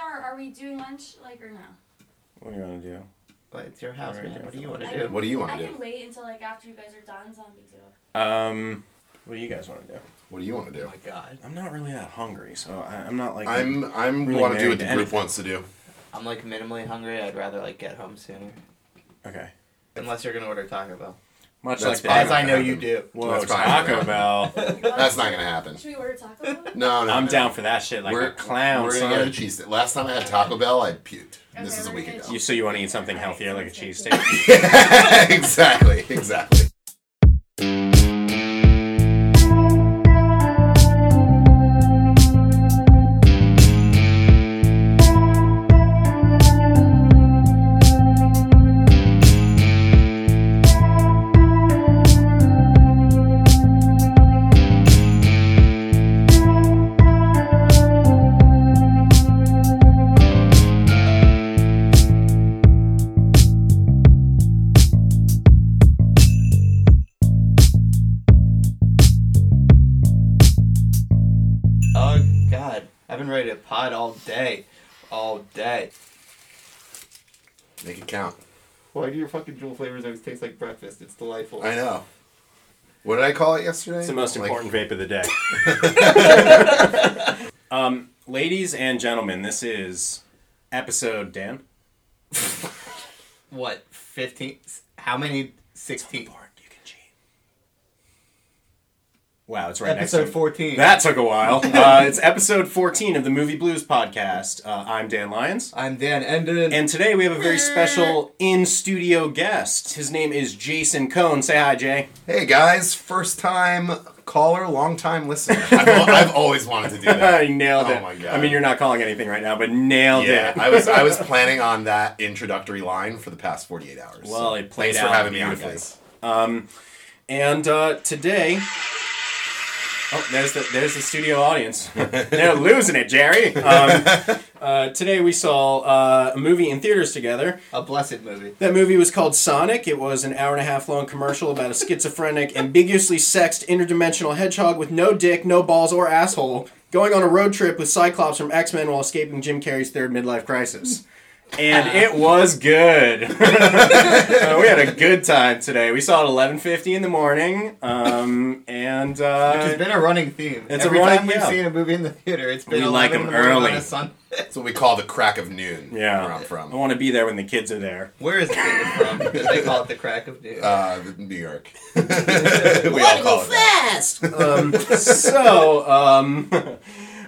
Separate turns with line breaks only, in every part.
hour, are we doing lunch, like, or no?
What do you want to do?
Well, it's your house,
Right,
man.
yeah.
What do you want
I
to do?
What do you want
I
to
can
do?
wait until, like, after you guys are done, it's not a big deal.
Um, what do you guys want to do?
What do you want to
Oh
do?
my god.
I'm not really that hungry, so I, I'm not like
I'm I'm
Really
want to do
married
what the
to
group
anything.
wants to do.
I'm like minimally hungry. I'd rather like get home sooner.
okay.
Unless you're gonna order Taco Bell.
Much like
That's
that.
fine.
As I know you do.
Whoa,
That's fine.
Taco Bell.
That's not gonna happen.
Should we order Taco Bell? Okay,
No, no.
I'm
no.
down for that shit like a clown,
We're gonna
son.
get a cheese. Last time I had Taco Bell, I puked. this is a
we're
week
gonna
ago.
cheese-
You so you want to eat something healthier like a cheesesteak?
exactly. Exactly.
Oh god. I've been ready to pod all day. All day.
Make it count.
Why do your fucking jewel flavors always taste like breakfast? It's delightful.
I know. What did I call it yesterday?
It's the most
Like-
important vape of the day. um, ladies and gentlemen, this is episode Dan.
What? Fifteen? How many? Sixteen.
You can cheat. Wow, it's right next
Episode
to
fourteen.
That took a while. Uh, it's episode 14 of the Movie Blues podcast. Uh, I'm Dan Lyons.
I'm Dan Endon.
And today we have a very special in studio guest. His name is Jason Cohn. Say hi, Jay.
Hey guys, first time caller, long time listener. I've, al- I've always wanted to do that.
I nailed
Oh
it.
my God.
I mean, you're not calling anything right now, but nailed
Yeah,
it.
I was I was planning on that introductory line for the past 48 hours.
Well, it played
thanks
out
for having me on,
beautifully.
guys.
And uh, today, oh, there's the there's the studio audience. They're losing it, Jerry. Um, uh, today we saw uh, a movie in theaters together.
A blessed movie.
That movie was called Sonic. It was an hour and a half long commercial about a schizophrenic, ambiguously sexed interdimensional hedgehog with no dick, no balls, or asshole going on a road trip with Cyclops from X Men while escaping Jim Carrey's third midlife crisis. And it was good. Uh, we had a good time today. We saw it at 11:50 in the morning, um, and
Which has
uh,
been a running theme.
It's a
Every
running-
time we've
yeah.
seen a movie in the theater, it's been
We like
11 in
'em
the morning on
early.
a Sunday.
That's what we call the crack of noon.
Yeah.
where I'm
I
from.
want to be there when the kids are there.
Where is it from? they call it the crack of noon.
Uh, New York. we all call it that.
um, so, um,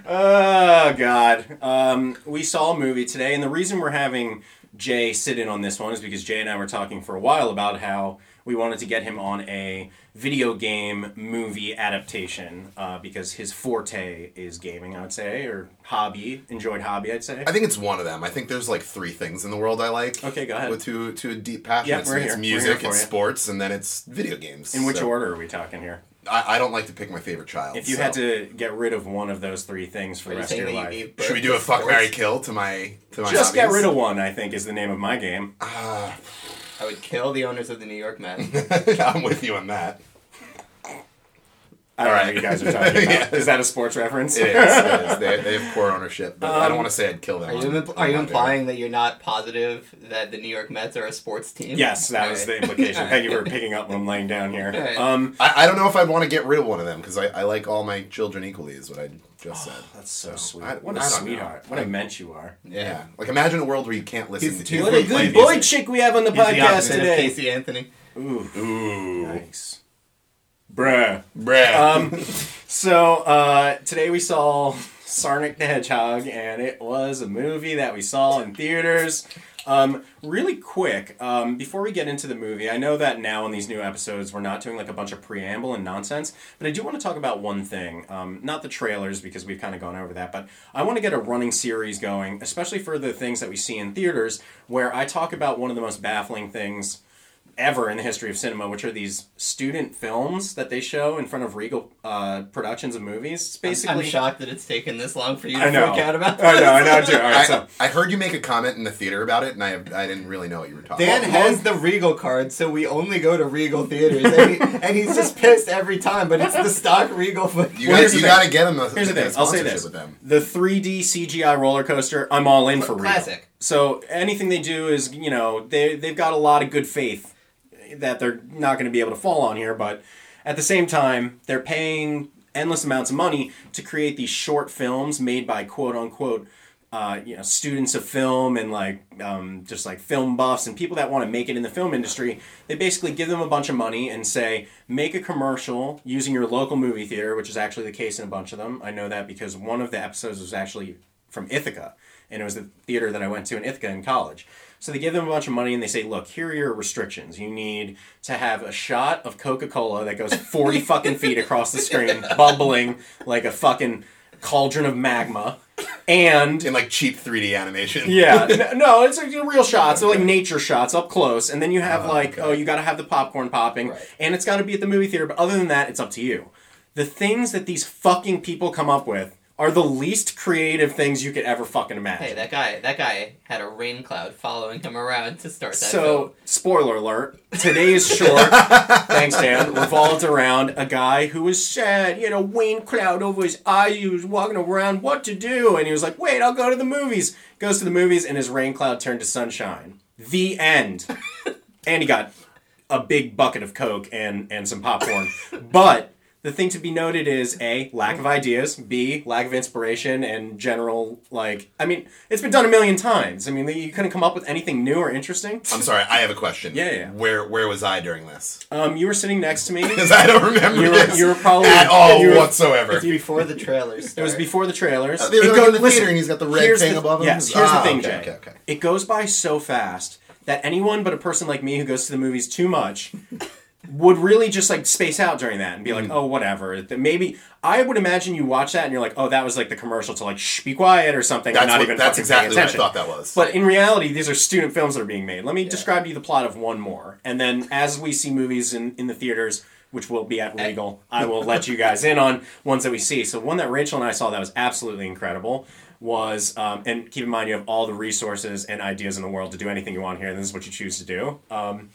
oh god, um, we saw a movie today, and the reason we're having Jay sit in on this one is because Jay and I were talking for a while about how we wanted to get him on a video game movie adaptation uh, because his forte is gaming, I would say, or hobby, enjoyed hobby, I'd say.
I think it's one of them. I think there's like three things in the world I like.
Okay, go ahead.
With to to a deep passion.
Yeah,
it's,
we're
it's
here. We're here
music,
for
it's
you.
sports, and then it's video games.
In which
So
order are we talking here?
I, I don't like to pick my favorite child.
If you
so.
had to get rid of one of those three things for
Are
the
you
rest of
saying
your
that you
life,
need
should we
birth
do a
to
fuck,
sports?
marry, kill to my to my?
just get
hobbies?
rid of one. I think is the name of my game.
Ah,
I would kill the owners of the New York Mets.
I'm with you on that.
I don't know
Alright.
what you guys are talking about.
Yeah.
Is that a sports reference?
It is. It is. They, they have core ownership, but I
Um,
don't want to say I'd kill them.
Are
on-
you impl- are
on
you
my
implying that you're not positive that the New York Mets are a sports team?
Yes, that was the
Alright.
implication. Thank you for picking up what I'm laying down here.
Alright.
Um,
favorite. I, I don't know if I'd want to get rid of one of them because I, I like all my children equally. Is what I just said.
that's so sweet.
I-
Oh, what a
I don't know.
sweetheart. What a mensch you are.
Yeah.
Yeah.
Like imagine a world where you can't listen
He's-
to
he's
two
What a
people play
good boy
music.
chick we have on the
He's the opposite of Casey Anthony.
Ooh,
Ooh,
nice. Bruh.
bruh.
Um, so uh, today we saw Sarnick the Hedgehog, and it was a movie that we saw in theaters. Um, really quick, um, before we get into the movie, I know that now in these new episodes we're not doing like a bunch of preamble and nonsense, but I do want to talk about one thing. Um, not the trailers because we've kind of gone over that, but I want to get a running series going, especially for the things that we see in theaters, where I talk about one of the most baffling things ever in the history of cinema, which are these student films that they show in front of Regal uh, productions of movies. It's basically.
I'm shocked that it's taken this long for you to
I know.
freak out about
I know. I
this.
know. Too. All right.
I,
So
I heard you make a comment in the theater about it, and I I didn't really know what you were talking.
Dan
about.
has the Regal card, so we only go to Regal theaters, and, he, and he's just pissed every time. But it's the stock Regal. fucking-
you
Well,
got
here's the
you
thing.
got to get him a,
here's the
a
thing. I'll say
sponsorship
this:
with them.
the 3D CGI roller coaster. I'm all in for Regal.
Classic.
So anything they do is, you know, they they've got a lot of good faith that they're not going to be able to fall on here, but at the same time, they're paying endless amounts of money to create these short films made by quote unquote uh, you know students of film and like um, just like film buffs and people that want to make it in the film industry they basically give them a bunch of money and say make a commercial using your local movie theater which is actually the case in a bunch of them i know that because one of the episodes was actually from ithaca and it was the theater that I went to in Ithaca in college. So they give them a bunch of money and they say, "Look, here are your restrictions. You need to have a shot of Coca-Cola that goes 40 fucking feet across the screen, bubbling like a fucking cauldron of magma." And
in like cheap 3D animation.
yeah, n- no, it's like real shots. They're like nature shots up close, and then you have like, oh, you got to have the popcorn popping,
Right.
and it's got to be at the movie theater. But other than that, it's up to you. The things that these fucking people come up with are the least creative things you could ever fucking imagine.
Hey, that guy. That guy had a rain cloud following him around to start that film.
So, spoiler alert, today's short, thanks Dan, revolves around a guy who was sad. He had a rain cloud over his eyes. He was walking around, what to do? And he was like, wait, I'll go to the movies. Goes to the movies, and his rain cloud turned to sunshine. The end. and he got a big bucket of Coke and, and some popcorn. but the thing to be noted is A, lack of ideas, B, lack of inspiration, and general, like, I mean, it's been done a million times. I mean, you couldn't come up with anything new or interesting.
I'm sorry, I have a question.
Yeah, yeah.
Where where was I during this?
Um, you were sitting next to me.
Because I don't remember
You were-
this
you were probably-
at all
you were-
whatsoever.
It's before the trailers.
It was
start.
before the trailers.
Uh, they were
It
like
go-
in the
listen,
theater and he's got the red
here's
thing
the-
above him?
Yes, here's
Ah,
the thing,
okay,
Jay.
okay, okay.
It goes by so fast that anyone but a person like me who goes to the movies too much would really just like space out during that and be
Mm.
like, oh, whatever. That Maybe I would imagine you watch that and you're like, oh, that was like the commercial to like shh, be quiet or something.
That's
I'm not
what-
even
that's
fucking
exactly
paying
what I
attention.
thought that was.
But in reality, these are student films that are being made. Let me describe to you the plot of one more, and then as we see movies in in the theaters. Which will be at Regal. I will let you guys in on ones that we see. So one that Rachel and I saw that was absolutely incredible was, um, and keep in mind you have all the resources and ideas in the world to do anything you want here, and this is what you choose to do. Um,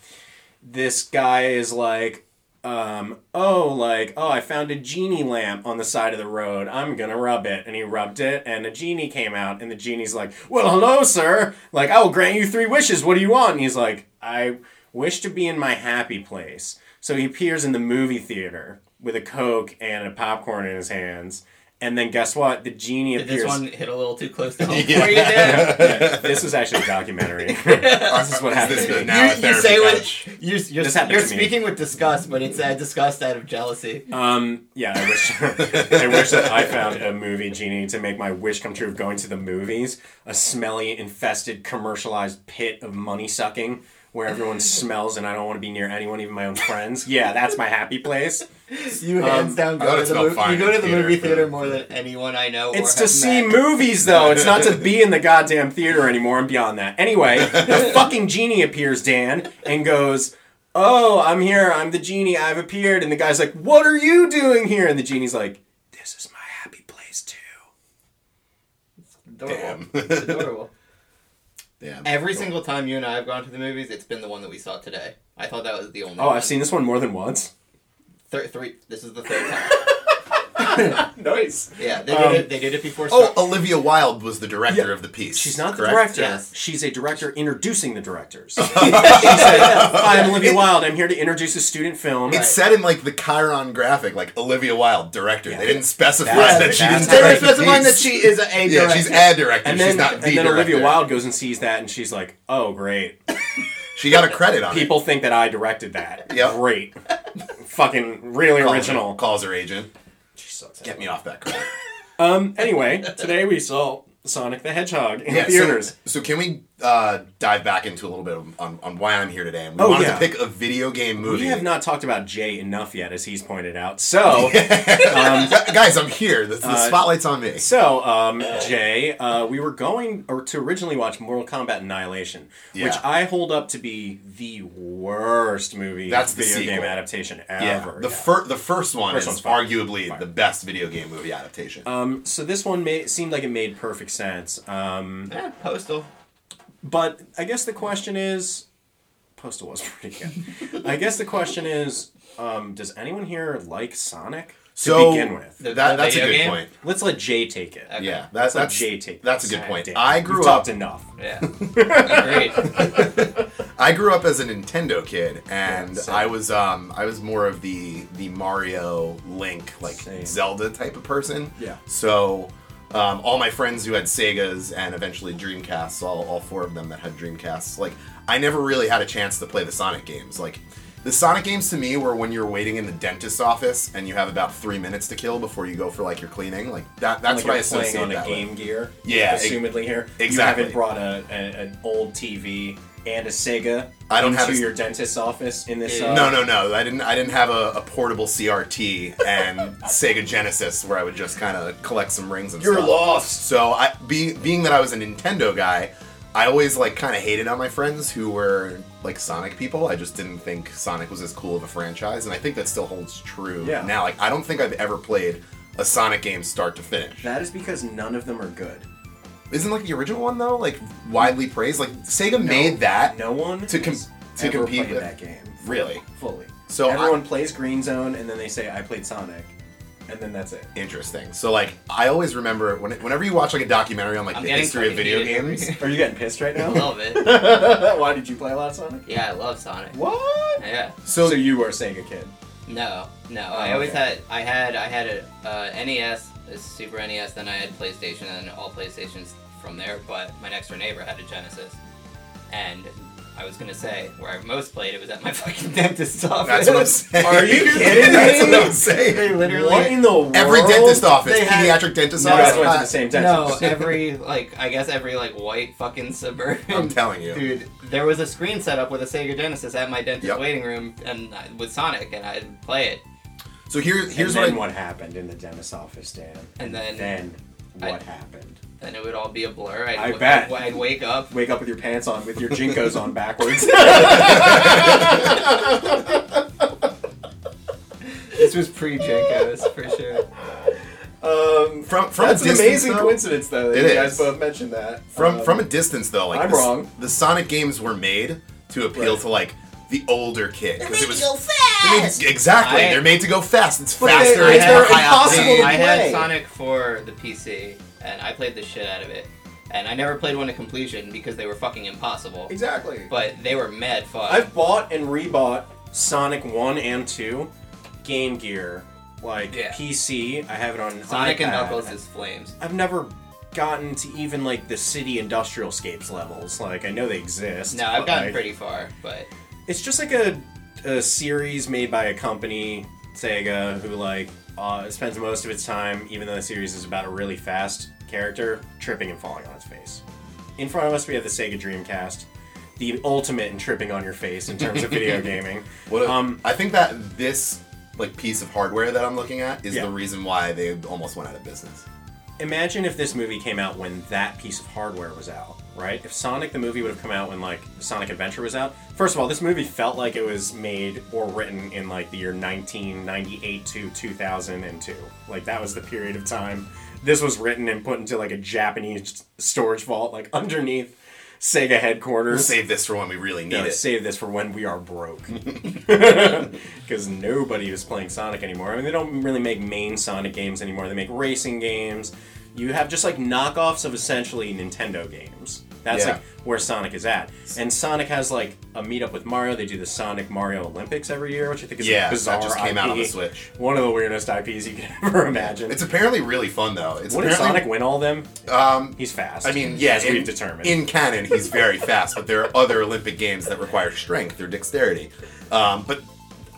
this guy is like, um, oh, like, oh, I found a genie lamp on the side of the road. I'm gonna rub it. And he rubbed it, and a genie came out, and the genie's like, well, hello, sir. Like, I will grant you three wishes. What do you want? And he's like, I wish to be in my happy place. So he appears in the movie theater with a Coke and a popcorn in his hands. And then guess what? The genie
Did
appears.
this one hit a little too close to home
Yeah.
for you there?
this was actually a documentary. this is what happened.
This
to
is
me.
now a
you, you
therapy
say
couch.
what you're, you're,
This happened
you're
to me.
speaking with disgust, but it's uh, disgust out of jealousy.
Um, yeah, I wish I wish that I found a movie genie to make my wish come true of going to the movies. A smelly, infested, commercialized pit of money sucking where everyone smells and I don't want to be near anyone, even my own friends. Yeah, that's my happy place.
You
Um,
hands down
I
go to
would
the
smell
movie.
fire
You go
in
to
the
the movie
theater for-
theater more than anyone I know.
It's
or
to
have
see
met.
movies though. It's not to be in the goddamn theater anymore and beyond that. Anyway, the fucking genie appears, Dan, and goes, "Oh, I'm here. I'm the genie. I've appeared." And the guy's like, "What are you doing here?" And the genie's like, "This is my happy place too."
Adorable.
Damn.
It's adorable.
Damn.
Every
Cool.
single time you and I have gone to the movies, it's been the one that we saw today. I thought that was the only.
Oh,
one.
I've seen this one more than once.
Thir- three. This is the third time.
Nice.
Yeah, they did
Um,
it. They did it before.
Oh,
Star-
Olivia Wilde was the director
Yeah.
of the piece.
She's not the
correct?
director.
Yes.
She's a director introducing the directors. she said, "Hi, I'm Olivia Wilde. I'm here to introduce a student film."
It's said in like the Chiron graphic, like Olivia Wilde, director.
Yeah.
they didn't specify
That's-
that she
that's
didn't
how
they were
direct the
specifying that
piece.
she is a
Yeah,
director.
she's ad director.
and then,
she's not the
and then
director.
Olivia Wilde goes and sees that, and she's like, "Oh, great!
She got a credit on
People think that I directed that.
Yep.
Great, fucking really
it. Calls her-
original."
Calls her agent.
She sucks.
Get me off that credit.
Um. Anyway, today we saw Sonic the Hedgehog in
Yeah,
the theaters.
So, so can we uh, dive back into a little bit of, on, on why I'm here today. And we
Oh,
wanted
yeah.
to pick a video game movie.
We have not talked about Jay enough yet, as he's pointed out. So,
Oh, um, guys, I'm here. The, the
uh,
spotlight's on me.
so um, Jay, uh, we were going or to originally watch Mortal Kombat Annihilation, which
Yeah.
I hold up to be the worst movie
That's the
video game
sequel.
adaptation
Yeah,
ever.
the
yeah.
fir- the first one
First one's
is
fine.
arguably
Fine.
the best video game movie adaptation.
Um, so this one made, seemed like it made perfect sense. Um,
Eh, Postal.
but I guess the question is, Postal was pretty good. I guess the question is, um, does anyone here like Sonic to
So
begin with?
th- that, that's a
Video
good
game?
point.
Let's let Jay take it.
Okay.
Yeah,
Let's
that's
let
that's
Jay take.
that's a
this.
good
God
point.
damn it.
I
We've
grew
talked
up
enough.
Yeah. Agreed.
I grew up as a Nintendo kid, and
Yeah, same.
I was um I was more of the the Mario, Link, like
Same.
Zelda type of person.
Yeah.
So. Um, all my friends who had Segas and eventually Dreamcasts, all, all four of them that had Dreamcasts, like I never really had a chance to play the Sonic games. Like the Sonic games to me were when you're waiting in the dentist's office and you have about three minutes to kill before you go for like your cleaning. Like that that's
like
what I
you're playing
associate
on a
that with.
Game Gear.
Yeah, ex-
assumedly here.
exactly.
You haven't brought a, a an old TV and a Sega.
I don't have
into
a-
your dentist's office in this.
Yeah.
uh,
No, no, no. I didn't. I didn't have a, a portable CRT and Sega Genesis where I would just kind of collect some rings and stuff.
lost.
So I, being being that I was a Nintendo guy, I always like kind of hated on my friends who were like Sonic people. I just didn't think Sonic was as cool of a franchise, and I think that still holds true
Yeah.
now. Like I don't think I've ever played a Sonic game start to finish.
That is because none of them are good.
Isn't like the original one though like widely praised? Like Sega made that
No one
to com-
has
to
ever
compete
played
with
that game
really
fully.
So
everyone plays Green Zone and then they say I played Sonic, and then that's it.
interesting. So like I always remember when, whenever you watch like a documentary on like
I'm
the
getting
history of
fucking
video
heated.
games.
Are you getting pissed right
I
now?
love it.
Why did you play a lot of Sonic?
Yeah, I love Sonic.
What?
Yeah.
So,
So,
you were a Sega kid.
No, no.
Oh,
I always
okay.
had. I had. I had a uh, NES, a Super NES. Then I had PlayStation, and all PlayStations from there. But my next door neighbor had a Genesis, and I was gonna say where I most played it was at my fucking dentist's office.
that's what I'm saying.
Are you kidding
that's
me?
what I'm saying.
Literally.
what in the world?
Every dentist office,
They had-
pediatric dentist
No,
office.
I went to the
uh,
same
No,
dentist.
every like I guess every like white fucking suburban.
I'm telling you.
Dude, there was a screen set up with a Sega Genesis at my dentist
Yep.
waiting room, and I, with Sonic, and I'd play it,
So here,
Here's
here's
and
what
then
I.
what, happened in the dentist's office, Dan.
and then
Then
I-
what happened?
then it would all be a blur.
I
I'd, w-
bet.
I'd, I'd wake up.
Wake up with your pants on, with your jinkos on backwards.
This was pre Jenkos.
That's for sure.
um,
From from
that's an
a distance,
amazing
though,
coincidence, though. That
It
you
is.
guys both mentioned that.
From
Um,
from a distance though, like
I'm
the, s-
wrong.
the Sonic games were made to appeal
Right.
to like the older kid because it was
fast.
they're made- exactly
I-
they're made to go fast. It's
But
faster.
they-
it's
they're
more high
impossible
octane.
to
I
play.
had Sonic for the PC, and I played the shit out of it. And I never played one to completion because they were fucking impossible.
exactly.
But they were mad fun.
I've bought and rebought Sonic One and Two, Game Gear, like
Yeah.
PC. I have it on
Sonic and
iPad.
Knuckles is flames.
I've never gotten to even like the city industrial scapes levels. Like I know they exist.
No, I've
but,
gotten
like,
pretty far, but
It's just like a, a series made by a company, Sega, who like uh, spends most of its time, even though the series is about a really fast character tripping and falling on its face. In front of us, we have the Sega Dreamcast, the ultimate in tripping on your face in terms of video gaming.
What a-
Um,
I think that this like piece of hardware that I'm looking at is
Yeah.
the reason why they almost went out of business.
imagine if this movie came out when that piece of hardware was out, right? If Sonic the movie would have come out when like Sonic Adventure was out. First of all, this movie felt like it was made or written in like the year 1998 to 2002. Like that was the period of time this was written and put into like a Japanese storage vault like underneath Sega
We'll
headquarters.
save this for when we really need
Yeah,
it.
save this for when we are broke. Because nobody is playing Sonic anymore. I mean, they don't really make main Sonic games anymore. They make racing games. You have just like knockoffs of essentially Nintendo games. That's
Yeah.
like where Sonic is at. And Sonic has like a meetup with Mario. They do the Sonic Mario Olympics every year, which I think is
yeah,
a bizarre.
that just came out on the
IP.
Switch.
One of the weirdest IPs you could ever imagine.
It's apparently really fun though. It's
Wouldn't
apparently
Sonic win all them?
um
He's fast.
I mean, yeah,
as
in,
we've determined.
in canon, he's very fast, but there are other Olympic games that require strength or dexterity. Um, but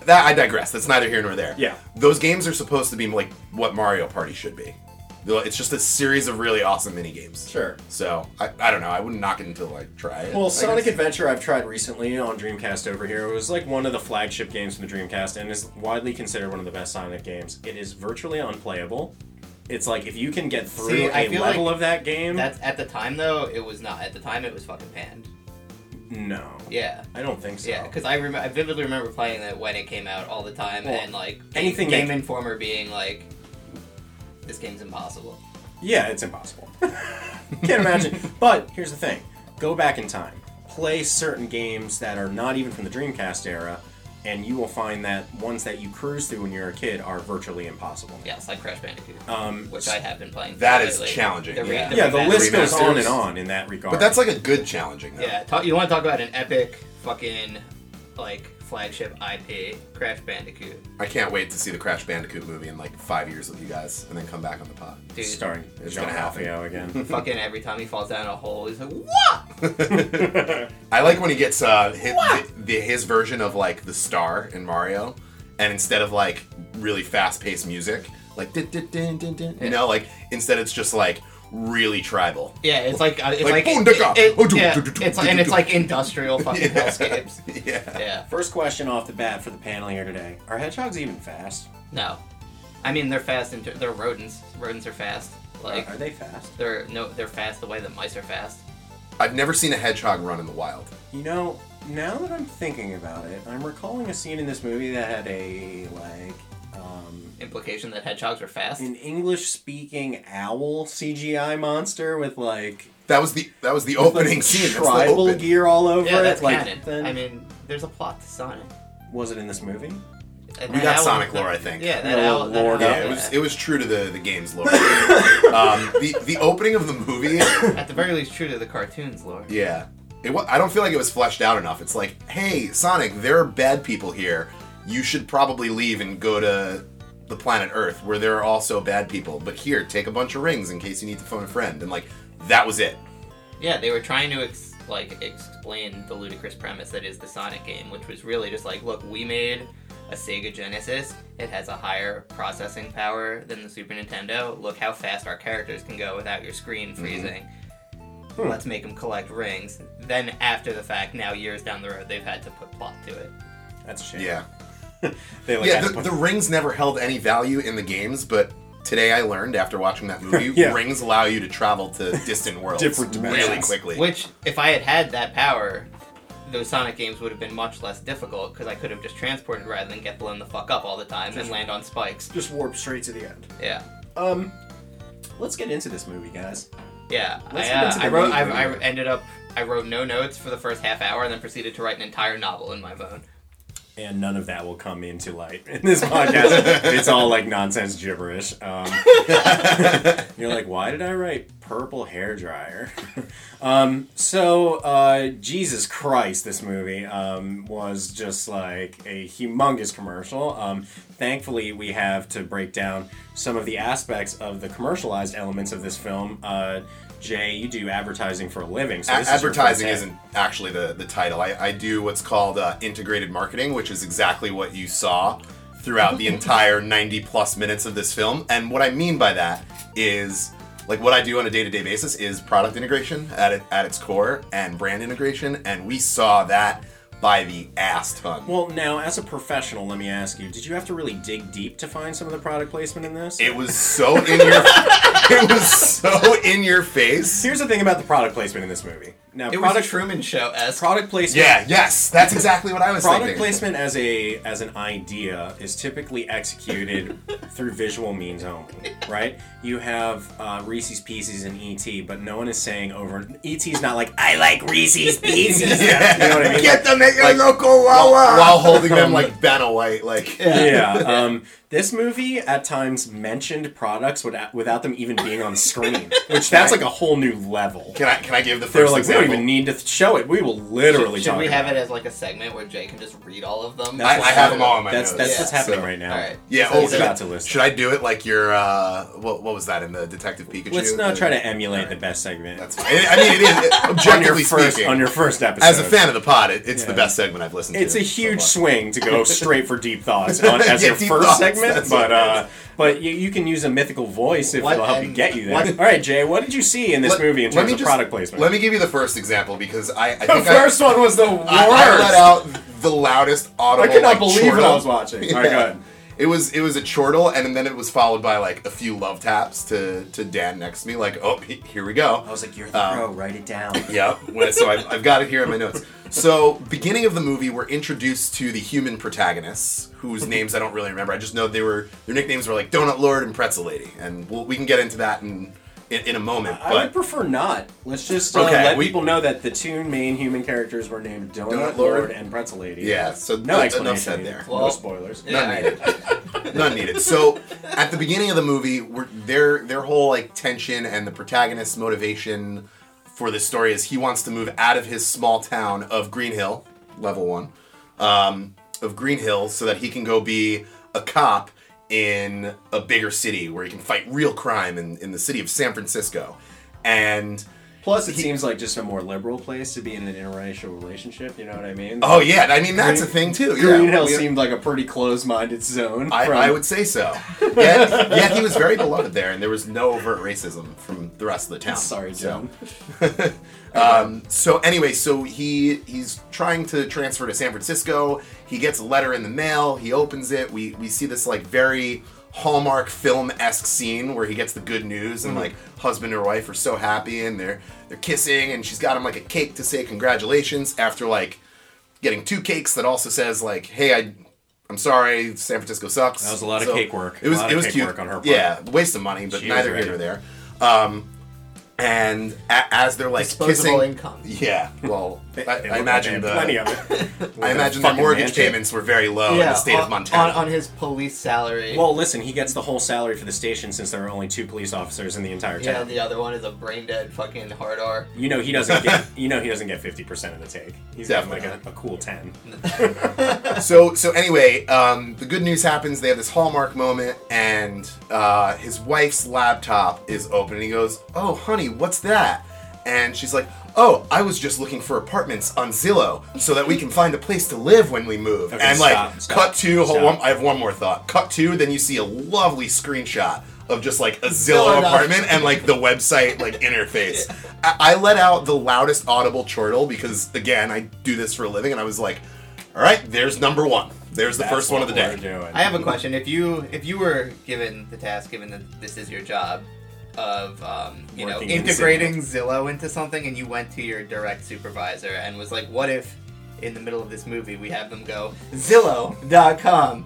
that I digress. That's neither here nor there.
Yeah.
those games are supposed to be like what Mario Party should be. It's just a series of really awesome mini games.
Sure.
So I, I don't know. I wouldn't knock it until I try it.
Well,
I
Sonic
guess.
Adventure I've tried recently on Dreamcast over here. It was like one of the flagship games from the Dreamcast and is widely considered one of the best Sonic games. It is virtually unplayable. It's like if you can get
See,
through
I
a
feel
level of that game,
That's at the time though. It was not at the time. It was fucking panned.
no,
Yeah.
I don't think so.
Yeah, because I, rem- I vividly remember playing that when it came out all the time,
Well,
and like Game-
anything
Game
that-
Informer being like, "This game's impossible."
Yeah, it's impossible. Can't imagine. But here's the thing go back in time, play certain games that are not even from the Dreamcast era, and you will find that ones that you cruise through when you're a kid are virtually impossible.
Yes, like Crash Bandicoot,
Um,
which I have been playing.
That is
lately.
challenging,
The re-
yeah.
the
yeah, the
remaster-
list goes on
remasters.
and on in that regard.
But that's like a good challenging. Though.
Yeah, talk, you want to talk about an epic fucking like flagship IP, Crash Bandicoot,
I can't wait to see the Crash Bandicoot movie in like five years with you guys, and then come back on the pod.
dude.
starring
It's
John
gonna happen.
Alfio again.
Fucking every time he falls down a hole, he's like, "What?"
I like when he gets uh his, the, the- his version of like the star in Mario, and instead of like really fast paced music, like din, din, din, din, din, you know, like instead it's just like really tribal.
Yeah, it's like uh, it's like,
Like, boom, digga.
it-
Oh, do,
yeah,
do, do, do,
it's
do,
like, and
do,
it's
do.
like industrial fucking
Yeah.
hellscapes.
Yeah.
Yeah.
First question off the bat for the panel here today Are hedgehogs even fast?
No, I mean they're fast and they're rodents. Rodents are fast. Like
are they fast?
they're no, they're fast the way that mice are fast.
I've never seen a hedgehog run in the wild.
You know, now that I'm thinking about it, I'm recalling a scene in this movie that had a, like, um,
Implication that hedgehogs are fast.
an English speaking owl CGI monster with like
That was the that was the opening
like,
scene. That's the
tribal
open.
gear all over
yeah,
it.
that's
like
canon.
then-
I mean, there's a plot to Sonic.
was it in this movie?
And
We
that
got
owl-
Sonic lore, I think.
Yeah, that
Yeah,
owl. That
lore,
owl
Yeah, it was it was true to the, the game's lore. um, the the opening of the movie,
at the very least true to the cartoons lore.
yeah, it wa- I don't feel like it was fleshed out enough. It's like, hey, Sonic, there are bad people here. You should probably leave and go to the planet Earth, where there are also bad people. But here, take a bunch of rings in case you need to phone a friend. And like, that was it.
Yeah, they were trying to ex- like explain the ludicrous premise that is the Sonic game, which was really just like, look, we made a Sega Genesis. It has a higher processing power than the Super Nintendo. Look how fast our characters can go without your screen
Mm-hmm.
freezing.
Hmm.
Let's make them collect rings. Then after the fact, now years down the road, they've had to put plot to it.
That's a shame.
Yeah,
They like
yeah.
had to
The,
put-
the rings never held any value in the games, but. Today I learned after watching that movie,
Yeah.
rings allow you to travel to distant worlds
Different
really
dimensions.
quickly.
Which, if I had had that power, those Sonic games would have been much less difficult because I could have just transported rather than get blown the fuck up all the time and land on spikes.
just warp straight to the end.
Yeah.
Um, let's get into this movie, guys.
Yeah,
Let's
I,
get
uh,
into the
I wrote.
meat
I,
of
I
it.
ended up. I wrote no notes for the first half hour, and then proceeded to write an entire novel in my phone.
And none of that will come into light in this podcast. it's all like nonsense gibberish. Um, you're like, why did I write purple hair dryer? um, so uh, Jesus Christ, this movie um, was just like a humongous commercial. Um, thankfully, we have to break down some of the aspects of the commercialized elements of this film. Uh, Jay, you do advertising for a living. So
A-
this is your
advertising
first
isn't actually the, the title. I, I do what's called uh, integrated marketing, which is exactly what you saw throughout the entire 90 plus minutes of this film. And what I mean by that is like what I do on a day to day basis is product integration at, it, at its core and brand integration. And we saw that by the ass ton.
Well, now as a professional, let me ask you: Did you have to really dig deep to find some of the product placement in this?
it was so in your it was so in your face.
Here's the thing about the product placement in this movie. Now,
It
product
was a Truman Show esque.
product placement.
Yeah, yes, that's exactly what I was
Product
thinking.
placement as a as an idea is typically executed through visual means only, right? You have uh, Reese's Pieces and ET, but no one is saying over ET's not like I like Reese's Pieces.
Yeah.
You know what I mean?
Get them at your local
Wawa.
While holding them like Vanna White, like
yeah. Um, this movie at times mentioned products without, without them even being on screen, which that's like a whole new level.
Can I can I give the
They're
first
like,
example?
we don't even need to th- show it. We will literally
Should,
talk
we have
about
it as like a segment where Jay can just read all of them?
I, I have them all in my
That's
notes.
that's what's
so-
happening right now.
All right.
Yeah.
So
Oh,
he's
should,
about
I,
to list
should I do it like your uh, what, what was that in the Detective Pikachu?
Let's not try to
end.
emulate the best segment.
That's fine. I mean, it is it-
on your
objectively
first
speaking.
on your first episode.
as a fan of the pod, it, it's the best segment I've listened to.
It's a
so
huge
far.
swing to go straight for deep thoughts on, as
Yeah,
your
deep
first
thoughts,
segment,
that's
but
what it
uh, but you, you can use a mythical voice if
What
it'll help
and-
you get you there.
what-
All right, Jay, what did you see in this
Let-
movie in
let
terms
me
of
just-
product placement?
Let me give you the first example because I, I think
the first one was the worst.
I, I, I let out the loudest audible.
I could not
like,
believe what I
chortle.
was watching. All right, go ahead.
It was it was a chortle, and then it was followed by like a few love taps to to Dan next to me, like, oh, he- here we go.
I was like, you're
Um,
the pro, write it down.
Yeah, when- so I've, I've got it here in my notes. So, beginning of the movie, we're introduced to the human protagonists, whose names I don't really remember. I just know they were their nicknames were like Donut Lord and Pretzel Lady, and we'll, we can get into that in in, in a moment.
I would
But
prefer not. Let's just uh,
Okay,
let
we-
people know that the two main human characters were named Donut, Lord,
Donut Lord.
and Pretzel Lady.
yeah, so
No
th-
explanation
enough said
there.
there.
no
Well-
spoilers.
Not
I-
needed. None needed. So at the beginning of the movie, we're, their their whole like tension and the protagonist's motivation for this story is he wants to move out of his small town of Green Hill, level one, um, of Green Hill, so that he can go be a cop in a bigger city where he can fight real crime in, in the city of San Francisco. And
Plus, it
He-
seems like just a more liberal place to be in an interracial relationship. You know what I mean?
oh yeah, I mean that's a thing too. yeah.
Green Hill
We-
seemed like a pretty closed-minded zone.
I,
from-
I would say so. Yet, yet he was very beloved there, and there was no overt racism from the rest of the town.
Sorry,
so.
Joan.
Um, so anyway, so he he's trying to transfer to San Francisco. He gets a letter in the mail. He opens it. We we see this like very hallmark film esque scene where he gets the good news
Mm-hmm.
and like husband or wife are so happy and they're they're kissing and she's got him like a cake to say congratulations after like getting two cakes that also says like hey I. I'm sorry, San Francisco sucks.
That was a lot of cake work.
It was
A lot
it
of
was
cake
cute.
work on her part.
Yeah, waste of money, but
She was
neither here
ready.
nor there. Um, and a- as they're like
Disposable
kissing,
income.
yeah. Well, I,
They
I
look like
imagine the
they have plenty of it.
I imagine the
fucking
mortgage
mansion.
payments were very low Oh, in the state
on,
of Montana.
On, on his police salary.
Well, listen, he gets the whole salary for the station since there are only two police officers in the entire
Yeah,
town.
the other one is a brain dead fucking hard R.
You know he doesn't get. You know he doesn't get fifty percent of the take. He's getting like
Definitely
a, a cool ten.
so so anyway, um, the good news happens. They have this hallmark moment, and uh, his wife's laptop is open, and he goes, "Oh, honey, what's that?" And she's like, "Oh, I was just looking for apartments on Zillow so that we can find a place to live when we move."
Okay,
and like,
stop, stop,
cut to hold
stop.
one, I have one more thought. Cut to then you see a lovely screenshot of just like a
Zillow
Zillow
doc.
apartment and like the website like interface. I, I let out the loudest audible chortle because again, I do this for a living, and I was like, "All right, there's number one. There's the
That's
first one of
what
the
we're
day."
Doing.
I have a question. If you if you were given the task, given that this is your job, of um, you know
Working in
integrating Zillow into something, and you went to your direct supervisor and was like, "What if in the middle of this movie we have them go Zillow.com?"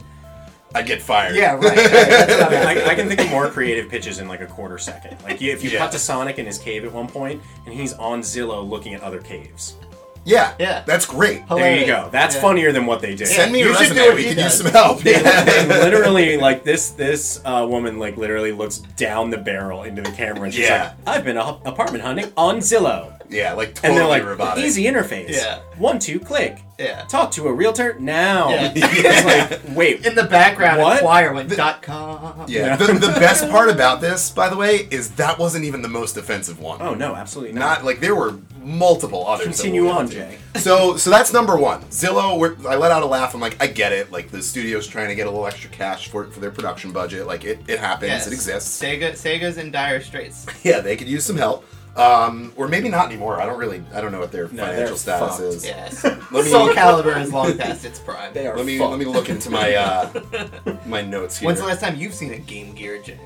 I get fired.
yeah, right. right, that's what I'm asking.
I, I can think of more creative pitches in like a quarter second. Like if you
Yeah.
cut to Sonic in his cave at one point, and he's on Zillow looking at other caves.
yeah,
Yeah.
That's great.
There you
Hilarious.
go. That's
Yeah.
funnier than what they did.
Oh, Send me
you
your
should do
resume.
what
We
he
could
does.
use some help.
They, they
Yeah.
literally like this. This uh, woman like literally looks down the barrel into the camera, and she's
Yeah.
like, "I've been a, apartment hunting on Zillow,"
yeah, like totally
and they're like,
robotic.
"Easy interface.
Yeah.
One two click.
Yeah.
Talk to a realtor now."
Yeah.
it's like, wait,
In the background,
What?
a choir went dot com.
Yeah.
Yeah. The, the best part about this, by the way, is that wasn't even the most offensive one.
oh no, absolutely not.
Not like there were multiple others. that
Continue
we'll get
on,
into.
Jay.
So, so that's number one. Zillow. We're, I let out a laugh. I'm like, I get it. Like the studio's trying to get a little extra cash for for their production budget. Like it, it happens.
Yes.
It exists.
Sega Sega's in dire straits.
Yeah, they could use some help. Um, or maybe not anymore. I don't really. I don't know what their
No,
financial
they're
status
fucked.
is.
Yes.
Let me-
Soul Calibur is long past its prime.
They are
Let me
fucked.
let me look into my uh, my notes here.
When's the last time you've seen a Game Gear, Jay?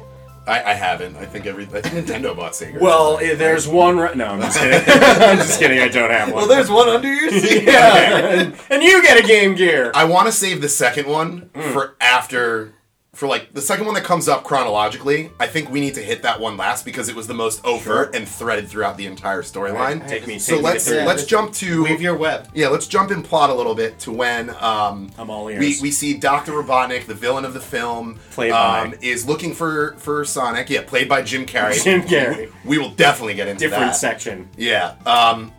I, I haven't. I think every I think Nintendo bought Sega.
Well, i- there's one. Re- no, I'm just kidding. I'm just kidding. I don't have one.
well, there's one under your seat.
yeah, and, and you get a Game Gear.
I want to save the second one for after. For like the second one that comes up chronologically, I think we need to hit that one last because it was the most overt and threaded throughout the entire storyline.
Take me. Take
So
me
let's
to three.
Yeah.
let's jump to
Leave your web.
yeah let's jump in plot a little bit to when um,
I'm all ears.
we, we see Doctor Robotnik, the villain of the film,
Played by-
um, is looking for for Sonic. Yeah, played by Jim Carrey.
Jim Carrey.
We will definitely get into
Different
that.
section.
Yeah. Um,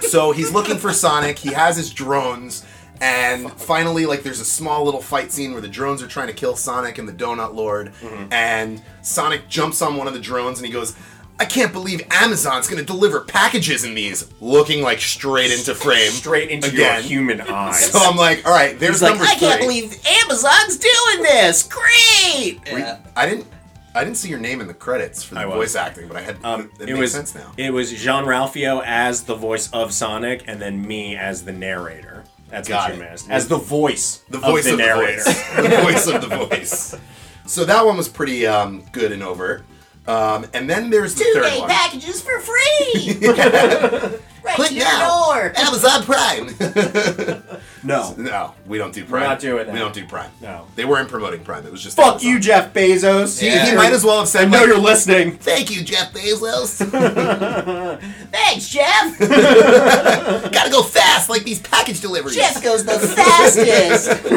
so he's looking for Sonic. He has his drones, and finally, like, there's a small little fight scene where the drones are
Mm-hmm.
trying to kill Sonic and the Donut Lord, and Sonic jumps on one of the drones and he goes, I can't believe Amazon's gonna deliver packages in these, looking like straight into frame.
Straight into your
Again.
human eyes.
So I'm like, all right, there's
He's like,
number
I can't
three."
believe Amazon's doing this. Great.
Were you-
Yeah.
I didn't. I didn't see your name in the credits for the
I was.
voice acting, but I had.
Um,
it,
it,
makes
was
sense now.
it was Jean Ralphio as the voice of Sonic, and then me as the narrator. That's
Got
what you
it.
missed. As the voice,
the voice
of the narrator.
voice. the voice of the voice. So that one was pretty um, good and overt. Um, and then there's the third one.
packages for free. right
Click
to your
now.
door.
Amazon Prime.
No,
no, we don't do Prime.
not doing that.
We don't do Prime.
No.
they weren't promoting Prime. It was just
fuck
Amazon.
you, Jeff Bezos.
He,
Yeah.
he might as well have
I
said.
know
like,
you're listening.
Thank you, Jeff Bezos.
Thanks, Jeff.
Gotta go fast like these package deliveries.
Jeff goes the fastest.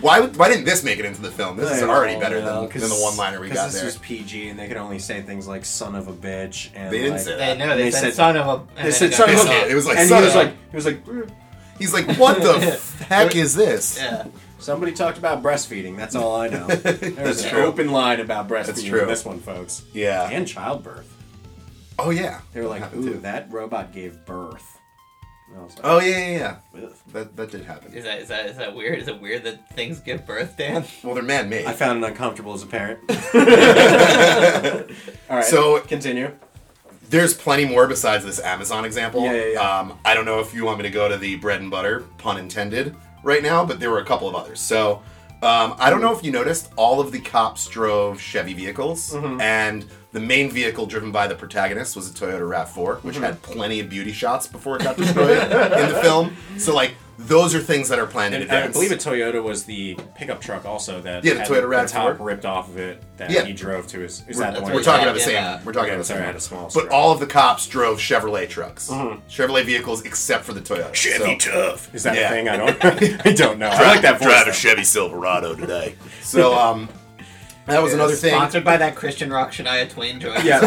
Why, would- why didn't this make it into the film? This is already
Oh,
better
no,
than,
'cause-
than the one liner we
'cause
got
this
there.
was PG, and they could only say things like "son of a bitch." And
They didn't
like-
say that.
They know they,
They
said,
said-
son of a. and
They
then
said
got
"son of
pissed
a
Son of
off.
a- it was like,
and
"Son
he was
of a-"
like, he was like, "Mm."
He's like, what the f- heck is this?
Yeah.
somebody talked about breastfeeding. That's all I know. There's
That's
an
true.
open line about breastfeeding.
true.
in This one, folks,
Yeah.
and childbirth.
Oh yeah.
They were like,
Happened
"Ooh,
too.
that robot gave birth." And I was like,
Oh yeah, yeah, yeah.
"Ugh."
That that did happen.
Is that, is that is that weird? Is it weird that things give birth, Dan?
Well, they're man made.
I found it uncomfortable as a parent. All right.
So-
continue.
There's plenty more besides this Amazon example.
Yeah, yeah, yeah.
Um, I don't know if you want me to go to the bread and butter, pun intended, right now, but there were a couple of others. So um, I don't know if you noticed, all of the cops drove Chevy vehicles,
Mm-hmm.
and the main vehicle driven by the protagonist was a Toyota Rav4,
Mm-hmm.
which had plenty of beauty shots before it got destroyed in the film. So like, those are things that are planned in
And I
advance.
believe a Toyota was the pickup truck also that
Yeah, the
had
Toyota RAV4.
top ripped off of it that
Yeah.
he drove to his. Is
We're,
that the
that's
one?
we're
you
talking
said,
about the same.
yeah.
We're talking
Okay,
about the
sorry,
same.
I had a Mm-hmm. small
but
stroke.
all of the cops drove Chevrolet trucks, Chevrolet vehicles, except for the Toyota. So-
Tough. Is that a
Yeah.
thing? I don't. I don't know. I like that voice. though.
Chevy Silverado today. So um, that was another thing.
Sponsored by that Christian rock Shania Twain joint.
Yeah.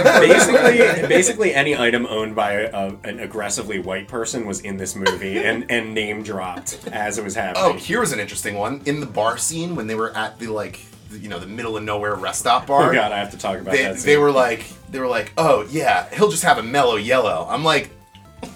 Yeah.
basically, basically any item owned by a, a- an aggressively white person was in this movie and, and name dropped as it was
Oh,
happening.
here was an interesting one in the bar scene when they were at the like the, you know the middle of nowhere rest stop bar.
Oh god, I have to talk about
they,
that.
they
scene.
were like they were like oh yeah he'll just have a mellow yellow. I'm like.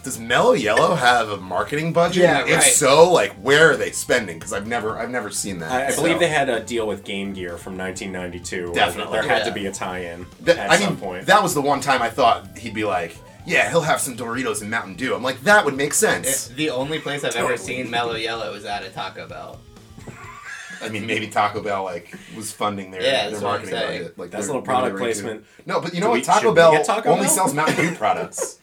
Does Mellow Yellow have a marketing budget?
Yeah,
If
right.
so, like, where are they spending? Because I've never, I've never seen that.
I, I
so.
believe they had a deal with Game Gear from 1992. where
Definitely.
there had to
Yeah.
be a tie-in
That-
at
I
some
mean,
point.
that was the one time I thought he'd be like, yeah, he'll have some Doritos and Mountain Dew. I'm like, that would make sense.
It- the only place I've
Totally.
ever seen Mellow Yellow is at a Taco Bell.
I mean, maybe Taco Bell like was funding their,
Yeah, that's what
their
I'm
marketing
saying.
budget. Like
That's
their-
a little product
their into-
placement.
No, but
Do
you know
we-
what?
should
Taco
we
Bell
get Taco
only
Bell?
sells Mountain Dew products.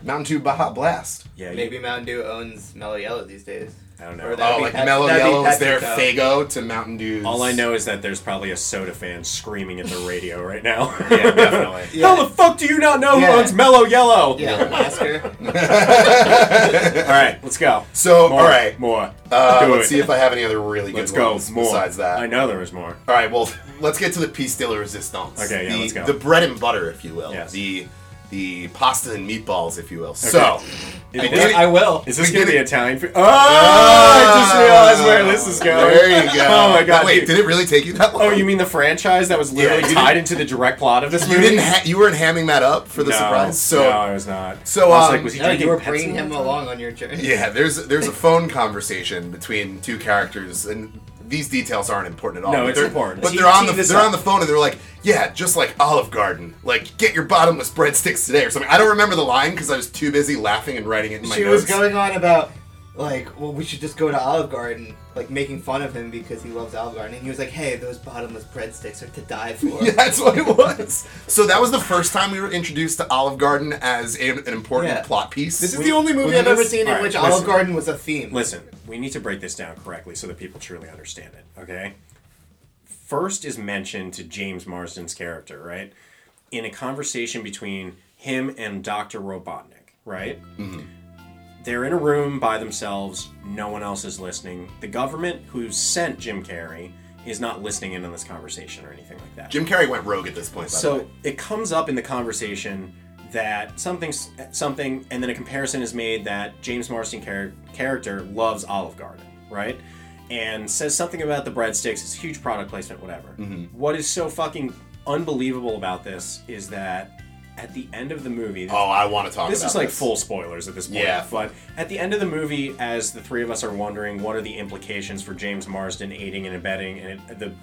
Mountain Dew Baja Blast.
yeah, you-
Maybe Mountain Dew owns Mellow Yellow these days.
I don't
or
know.
that- That'd
oh,
be
like
Pepsi-
Mellow
that'd be
Yellow is their
PepsiCo.
Fago to Mountain Dew's.
All I know is that there's probably a soda fan screaming at the radio right now.
Yeah, definitely.
How the fuck do you not know
Yeah.
who owns Mellow Yellow?
Yeah, Lasker.
All right, let's go.
so,
More,
all right.
more.
Uh,
Do
let's
it.
see if I have any other really good
Let's go.
ones
More.
besides that.
I know there was more.
All right, well, let's get to the piece de la resistance.
Okay, yeah,
the,
let's go.
The bread and butter, if you will.
Yes.
The the pasta and meatballs, if you will. So,
Is
I
this-
did it-
I will.
Is this
We
gonna
did
be
it. Ah!
Italian food? Oh, I just realized where this is going.
There you go.
Oh my god.
Wait,
you-
did it really take you that long?
Oh, you mean the franchise that was
Yeah,
literally
you
tied into the direct plot of this
you
movie?
didn't ha- you weren't hamming that up for the
no,
surprise? So
no, I was not.
So,
I was
um,
like, was he
No,
drinking
you were
Pepsi
bringing him
that
along on your journey.
yeah, there's there's a phone conversation between two characters, and these details aren't important at all.
No,
but
it's
they're-
important.
But
Tee-
they're on
tee
the
this
they're
up.
on the phone and they're like, yeah, just like Olive Garden, like get your bottomless breadsticks today or something. I don't remember the line because I was too busy laughing and writing it in my
she
notes.
was going on about like, well, we should just go to Olive Garden, like making fun of him because he loves Olive Garden, and he was like, hey, those bottomless breadsticks are to die for.
Yeah, that's what it was. So that was the first time we were introduced to Olive Garden as a, an important
Yeah.
plot piece.
This is the only movie
within
I've ever
this-
seen in
Alright,
which
listen.
Olive Garden was a theme.
Listen, we need to break this down correctly so that people truly understand it, okay? First is mentioned to James Marsden's character, right? In a conversation between him and Dr. Robotnik, right? They're in a room by themselves, no one else is listening. The government who sent Jim Carrey is not listening in on this conversation or anything like that.
Jim Carrey went rogue at this point. By the way.
So it comes up in the conversation that something's something, and then a comparison is made that James Marsden char- character loves Olive Garden, right?
Mm-hmm.
And says something about the breadsticks. It's huge product placement, whatever. What is so fucking unbelievable about this is that at the end of the movie,
Oh, I want to talk.
this
about
is like
this.
full spoilers at this point.
Yeah.
But at the end of the movie, as the three of us are wondering what are the implications for James Marsden aiding and abetting and it- the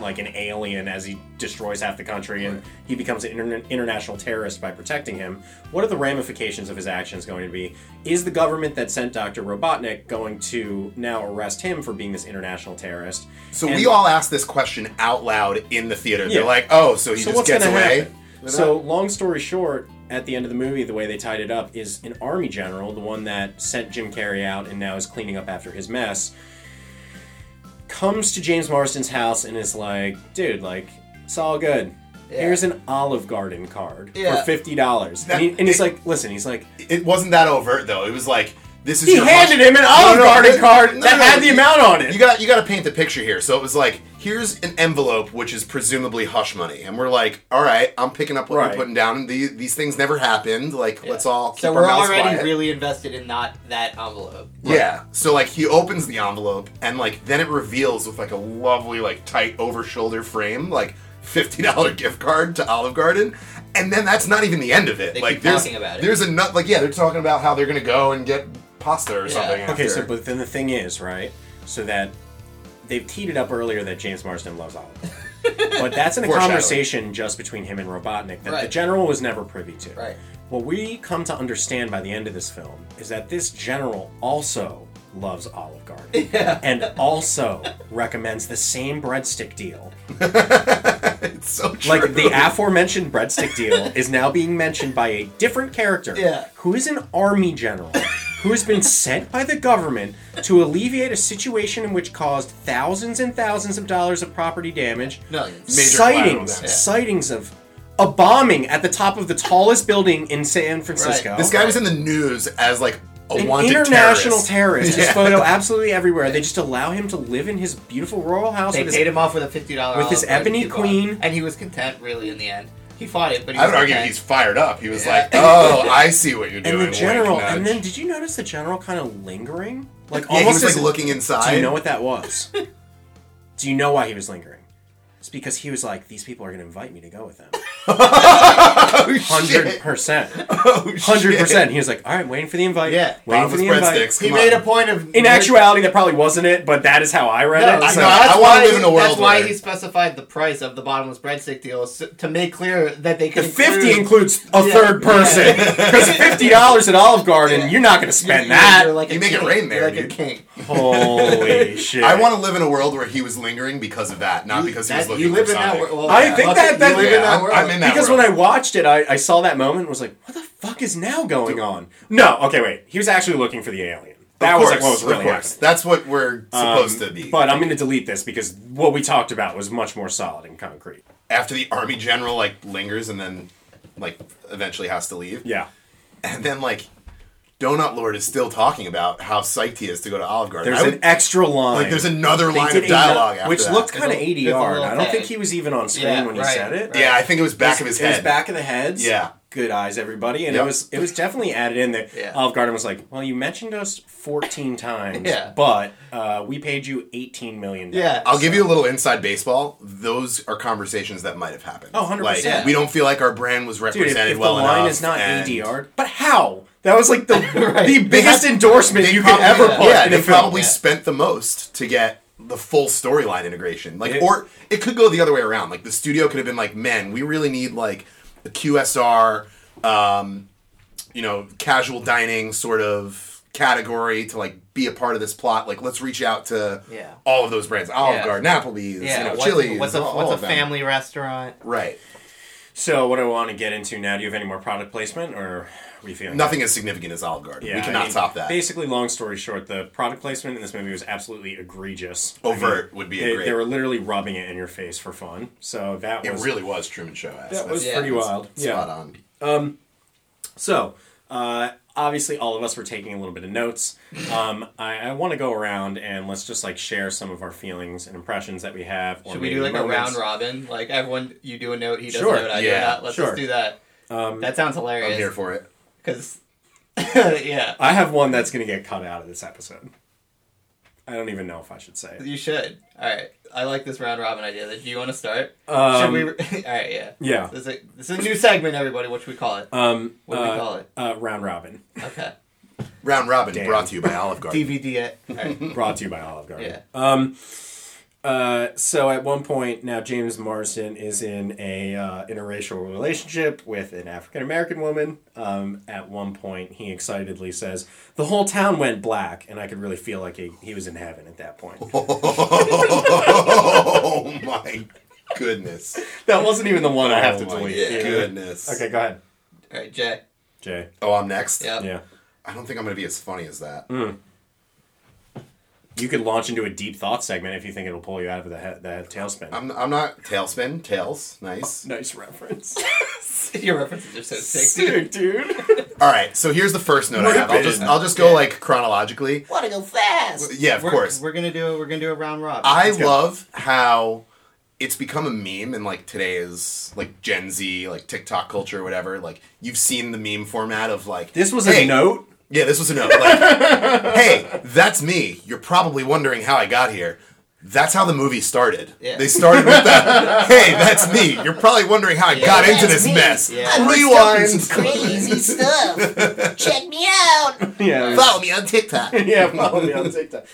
like an alien as he destroys half the country and he becomes an interna- international terrorist by protecting him. What are the ramifications of his actions going to be? Is the government that sent Dr. Robotnik going to now arrest him for being this international terrorist?
So
And-
we all asked this question out loud in the theater.
Yeah.
They're like, "Oh, so he
so
just
what's
gets
gonna
away."
happen? So long story short, at the end of the movie, the way they tied it up is an army general, the one that sent Jim Carrey out and now is cleaning up after his mess, comes to James Marsden's house and is like, "Dude, like it's all good.
Yeah.
Here's an Olive Garden card
Yeah.
for fifty dollars."
That-
And, he- and he's
it-
like, "Listen, he's like."
It wasn't that overt though. It was like this is
He
your
handed
mush-
him an Olive
No, no,
Garden
no,
card
no,
that
no,
had the
you-
amount on it.
You got you got to paint the picture here. So it was like, here's an envelope which is presumably hush money, and we're like, all right, I'm picking up what
Right.
you're putting down. These, these things never happened. Like,
Yeah.
let's all keep
So
our
we're
mouths
already
quiet.
really invested in not that envelope.
Yeah. So like he opens the envelope and like then it reveals with like a lovely like tight over shoulder frame like fifty dollar gift card to Olive Garden, and then that's not even the end of it.
They
like
keep
there's
talking about it.
there's a nut like yeah they're talking about how they're gonna go and get pasta or
Yeah.
something.
Okay, so
after.
but then the thing is, right? So that they've teed it up earlier that James Marsden loves Olive. but that's in a
Foreshadowing.
conversation just between him and Robotnik that the
Right.
general was never privy to.
Right.
What we come to understand by the end of this film is that this general also loves Olive Garden and also recommends the same breadstick deal.
it's so true.
Like the aforementioned breadstick deal is now being mentioned by a different character
Yeah.
who is an army general who has been sent by the government to alleviate a situation in which caused thousands and thousands of dollars of property damage.
Millions.
Major collateral
sightings,
damage.
sightings of a bombing at the top of the tallest building in San Francisco.
this guy was in the news as like a
An
wanted
international terrorist. His
Yeah.
photo absolutely everywhere. They just allow him to live in his beautiful royal house
They
with
paid
his
him off with a fifty dollar
with his ebony queen.
And he was content, really, in the end. He fought it, but he
I
was
would argue
content.
he's fired up. He was
Yeah.
like, "Oh, I see what you're doing."
and the
wink,
general
nudge."
and then did you notice the general kind of lingering like
yeah, he
almost
was like
as-
looking
do
inside.
you know what that was do you know why he was lingering it's because he was like these people are going to invite me to go with them
Oh, shit.
100%
Oh, shit.
100% he was like all right waiting for the invite
Yeah,
waiting
Bottomless
for the invite
breadsticks.
He
Come
made
on.
a point of
in actuality that probably wasn't it but that is how i read
No,
it
I
so-
know, I-
that's
wanna
why
live
he-
in a world
That's why
where-
he specified the price of the bottomless breadstick deal s- to make clear that they
the
could.
50
include-
includes a
Yeah.
third person because $50 at olive garden you're not going to spend
You're-
that
you're like a
You make it
king.
rain there,
You're like
dude.
a king.
holy shit
I want to live in a world where he was lingering because of that, not because he was
That-
looking
you live
for
in that
Sonic.
world. well,
I
yeah,
think
look,
that-
you
that-
live in
Yeah,
that
I'm-
world.
I'm in that
because
world.
when I watched it, I, I saw that moment and was like, what the fuck is now going on? No, okay, wait. He was actually looking for the alien. That
of
was
course,
like what was
of
really
course.
happening.
That's what we're
Um,
supposed to be.
But I'm going to delete this because what we talked about was much more solid and concrete.
After the army general like lingers and then like eventually has to leave,
Yeah.
and then like Donut Lord is still talking about how psyched he is to go to Olive Garden.
There's
I
an
would-
extra line.
like there's another
They
line
did
of
a-
dialogue after
which
that.
looked kind of
It's a-
ADR.
it's a
and
little
I don't
thing.
think he was even on screen
Yeah,
when he
right,
said it.
right.
Yeah, I think it was back of his
It was
head.
e-, back of the heads.
Yeah.
Good eyes, everybody. And it
Yep.
was it was definitely added in there.
Yeah.
Olive Garden was like, well, you mentioned us 14 times,
Yeah.
but uh, we paid you 18 million.
Yeah.
I'll give you a little inside baseball. Those are conversations that might have happened.
Oh, 100%.
Like, we don't feel like our brand was
Dude, if,
represented
if the
well
line
enough,
is not
and
ADR, but how? That was like the the biggest endorsement you could
probably-
ever put
Yeah,
in
they
a film.
probably
yeah.
spent the most to get the full storyline integration. Like,
It-
or it could go the other way around. Like, the studio could have been like, "Man, we really need like a QSR, um, you know, casual dining sort of category to like be a part of this plot. Like, let's reach out to
Yeah.
all of those brands: Olive
Yeah.
Garden, Applebee's, you
Yeah,
know,
what's,
Chili's.
what's a
all-
what's
all
a
of them.
family restaurant?
Right.
So, what I want to get into now? Do you have any more product placement, or what are you feeling?
Nothing as significant as Olive Garden.
Yeah,
we
I
cannot
mean,
top that.
Basically, long story short, the product placement in this movie was absolutely egregious. I mean,
Overt would be a
they,
great-
They were literally rubbing it in your face for fun. So that
It
was
really was Truman Show.
that was
Yeah,
pretty
it's-
wild.
Spot
Yeah.
on.
So, uh, obviously, all of us were taking a little bit of notes. Um, I, I want to go around and let's just like share some of our feelings and impressions that we have. Or
Should we
maybe
do like a
moments.
round robin? Like everyone, you do a note, he does
Sure,
a note, I do
yeah,
a note. Let's
sure.
just do that.
Um,
That sounds hilarious.
I'm here for it.
Cause, yeah.
I have one that's going to get cut out of this episode. I don't even know if I should say it.
You should. All right. I like this round robin idea. Do you want to start?
Um,
should we? All right. Yeah.
yeah.
This is, a, this is a new segment, everybody. What should we call it?
Um,
What do we
uh,
call it?
Uh, round robin.
Okay.
Round Robin
Damn.
brought to you by Olive Garden.
DVD it.
All right.
brought to you by Olive Garden.
Yeah.
Um, uh, so at one point now, James Marsden is in a uh, interracial relationship with an African American woman. Um, at one point, he excitedly says, "The whole town went black," and I could really feel like he, he was in heaven at that point.
oh my goodness.
that wasn't even the one I have to
Oh my
delete. you know?
Goodness.
Okay, go ahead,
All right, Jay.
Jay.
Oh, I'm next?
Yeah.
Yeah,
I don't think I'm going to be as funny as that.
Mm. you could launch into a deep thought segment if you think it'll pull you out of the he- the tailspin.
I'm, I'm not. Tailspin. Tails. Nice.
nice reference,
Your references are so sick, dude.
dude. dude.
All right. So here's the first note I have. I'll just, I'll just go like chronologically.
Want to go fast?
Yeah, of
we're,
course.
We're gonna do we're gonna do a round robin.
I
go.
love how it's become a meme in like today's like Gen Z, like TikTok culture or whatever. Like you've seen the meme format of like
This was
hey,
a note.
Yeah, this was a note. Like, hey, that's me. You're probably wondering how I got here. That's how the movie started.
Yeah.
They started with that. hey, that's me. You're probably wondering how I got into
that's
this
me.
mess.
Yeah.
I'm
Rewind.
Crazy stuff. Check me out.
Yeah,
Follow me on TikTok.
yeah. Follow me on TikTok.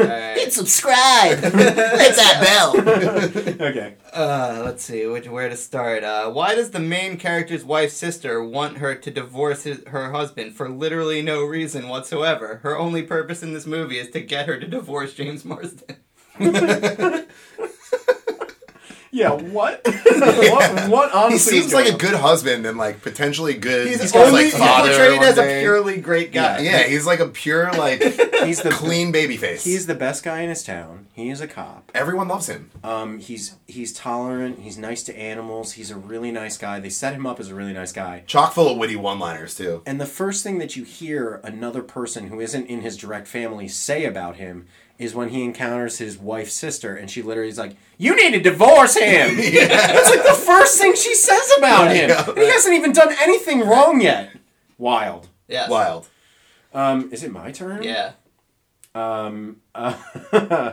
All right.
Hit subscribe. Hit that bell.
Okay.
Uh, let's see which, where to start. Uh, why does the main character's wife's sister want her to divorce his, her husband for literally no reason whatsoever? Her only purpose in this movie is to get her to divorce James Marsden.
Yeah, what? what? What honestly?
He
is
seems like
going
a good husband and like potentially good.
He's,
got,
only he's
father
portrayed
one
as a
day.
purely great guy.
Yeah, yeah, he's like a pure like
on? He's the
clean baby face.
He's the best guy in his town. He is a cop.
Everyone loves him.
Um, he's he's tolerant. He's nice to animals. He's a really nice guy. They set him up as a really nice guy.
Chock full of witty one-liners too.
And the first thing that you hear another person who isn't in his direct family say about him is when he encounters his wife's sister, and she literally is like, "You need to divorce him." That's like the first thing she says about him.
Yeah.
And he hasn't even done anything wrong yet. Wild.
Yes.
Wild.
Um, is it my turn?
Yeah.
Um, uh,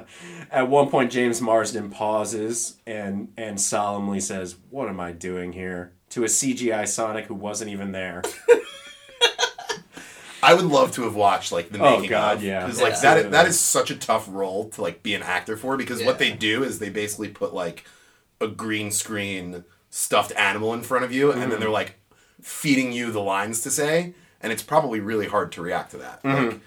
at one point, James Marsden pauses and and solemnly says, "What am I doing here?" to a CGI Sonic who wasn't even there.
I would love to have watched like the
Oh,
making
God,
of.
yeah.
Because
Yeah.
like that that is such a tough role to like be an actor for because
Yeah.
what they do is they basically put like a green screen stuffed animal in front of you and
Mm-hmm.
then they're like feeding you the lines to say and it's probably really hard to react to that.
Mm-hmm.
Like,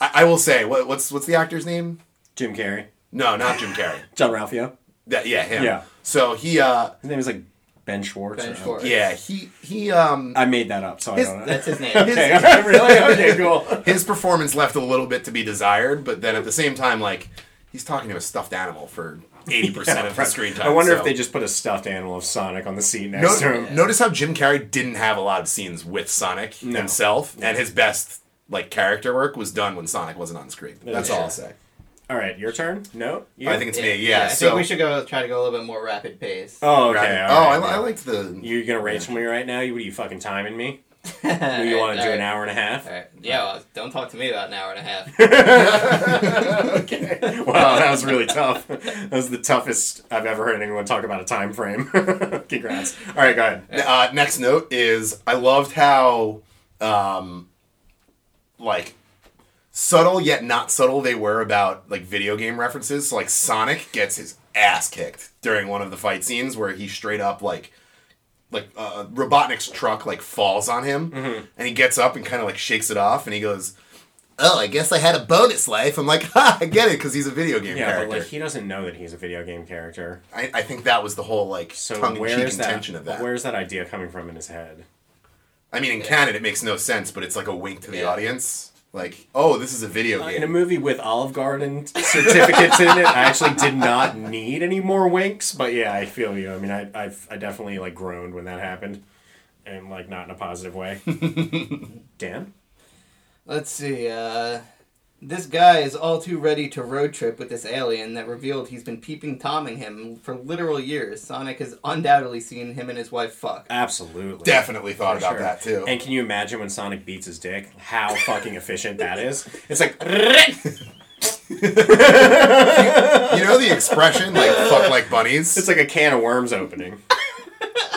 I, I will say what, what's what's the actor's name?
Jim Carrey,
No, not Jim Carrey.
John Ralphio.
That, yeah, him.
Yeah.
So he uh
His name is like Ben Schwartz.
Ben
or-
Schwartz.
yeah, he he um
I made that up, so I don't know.
That's his name.
okay, alright, really? Okay, cool.
his performance left a little bit to be desired, but then at the same time, like he's talking to a stuffed animal for eighty percent of the screen time.
I wonder if
so-
they just put a stuffed animal of Sonic on the seat
No-
next to him.
notice how Jim Carrey didn't have a lot of scenes with Sonic
No.
himself, and his best like character work was done when Sonic wasn't on screen. That's all I'll say.
All right, your turn. No, you?
I think it's me. Yeah.
I
so
think we should go try to go a little bit more rapid pace.
Oh, okay.
Right.
all
oh, I,
right,
li-
yeah.
I liked the.
You're gonna race me right now? You what are you fucking timing me?
you
You
uh,
want to do an hour and a half?
All right. Yeah. Well, don't talk to me about an hour and a half.
okay. Wow, that was really tough. That was the toughest I've ever heard anyone talk about a time frame. Congrats. All right, go ahead.
Uh, next note is I loved how, um, like, subtle yet not subtle they were about like video game references. So like Sonic gets his ass kicked during one of the fight scenes where he straight up like, like uh, Robotnik's truck like falls on him,
Mm-hmm.
and he gets up and kind of like shakes it off, and he goes. Oh, I guess I had a bonus life. I'm like, ha, I get it, because he's a video game
Yeah,
character.
but like he doesn't know that he's a video game character.
I, I think that was the whole like
So where
tongue-in-cheek
is that?
intention of that.
Where's that idea coming from in his head?
I mean, in canon, it makes no sense, but it's like a wink to the
Yeah.
audience. Like, oh, this is a video
Uh, In a
game.
movie with Olive Garden certificates in it, I actually did not need any more winks. But yeah, I feel you. I mean, I I've, I definitely like groaned when that happened, and like not in a positive way. Dan,
Let's see. Uh, this guy is all too ready to road trip with this alien that revealed he's been peeping tomming him for literal years. Sonic has undoubtedly seen him and his wife fuck.
absolutely,
Definitely thought about
sure.
that too.
And can you imagine when Sonic beats his dick? How fucking efficient that is! It's like, "Rrrt."
You know the expression like "fuck like bunnies."
It's like a can of worms opening.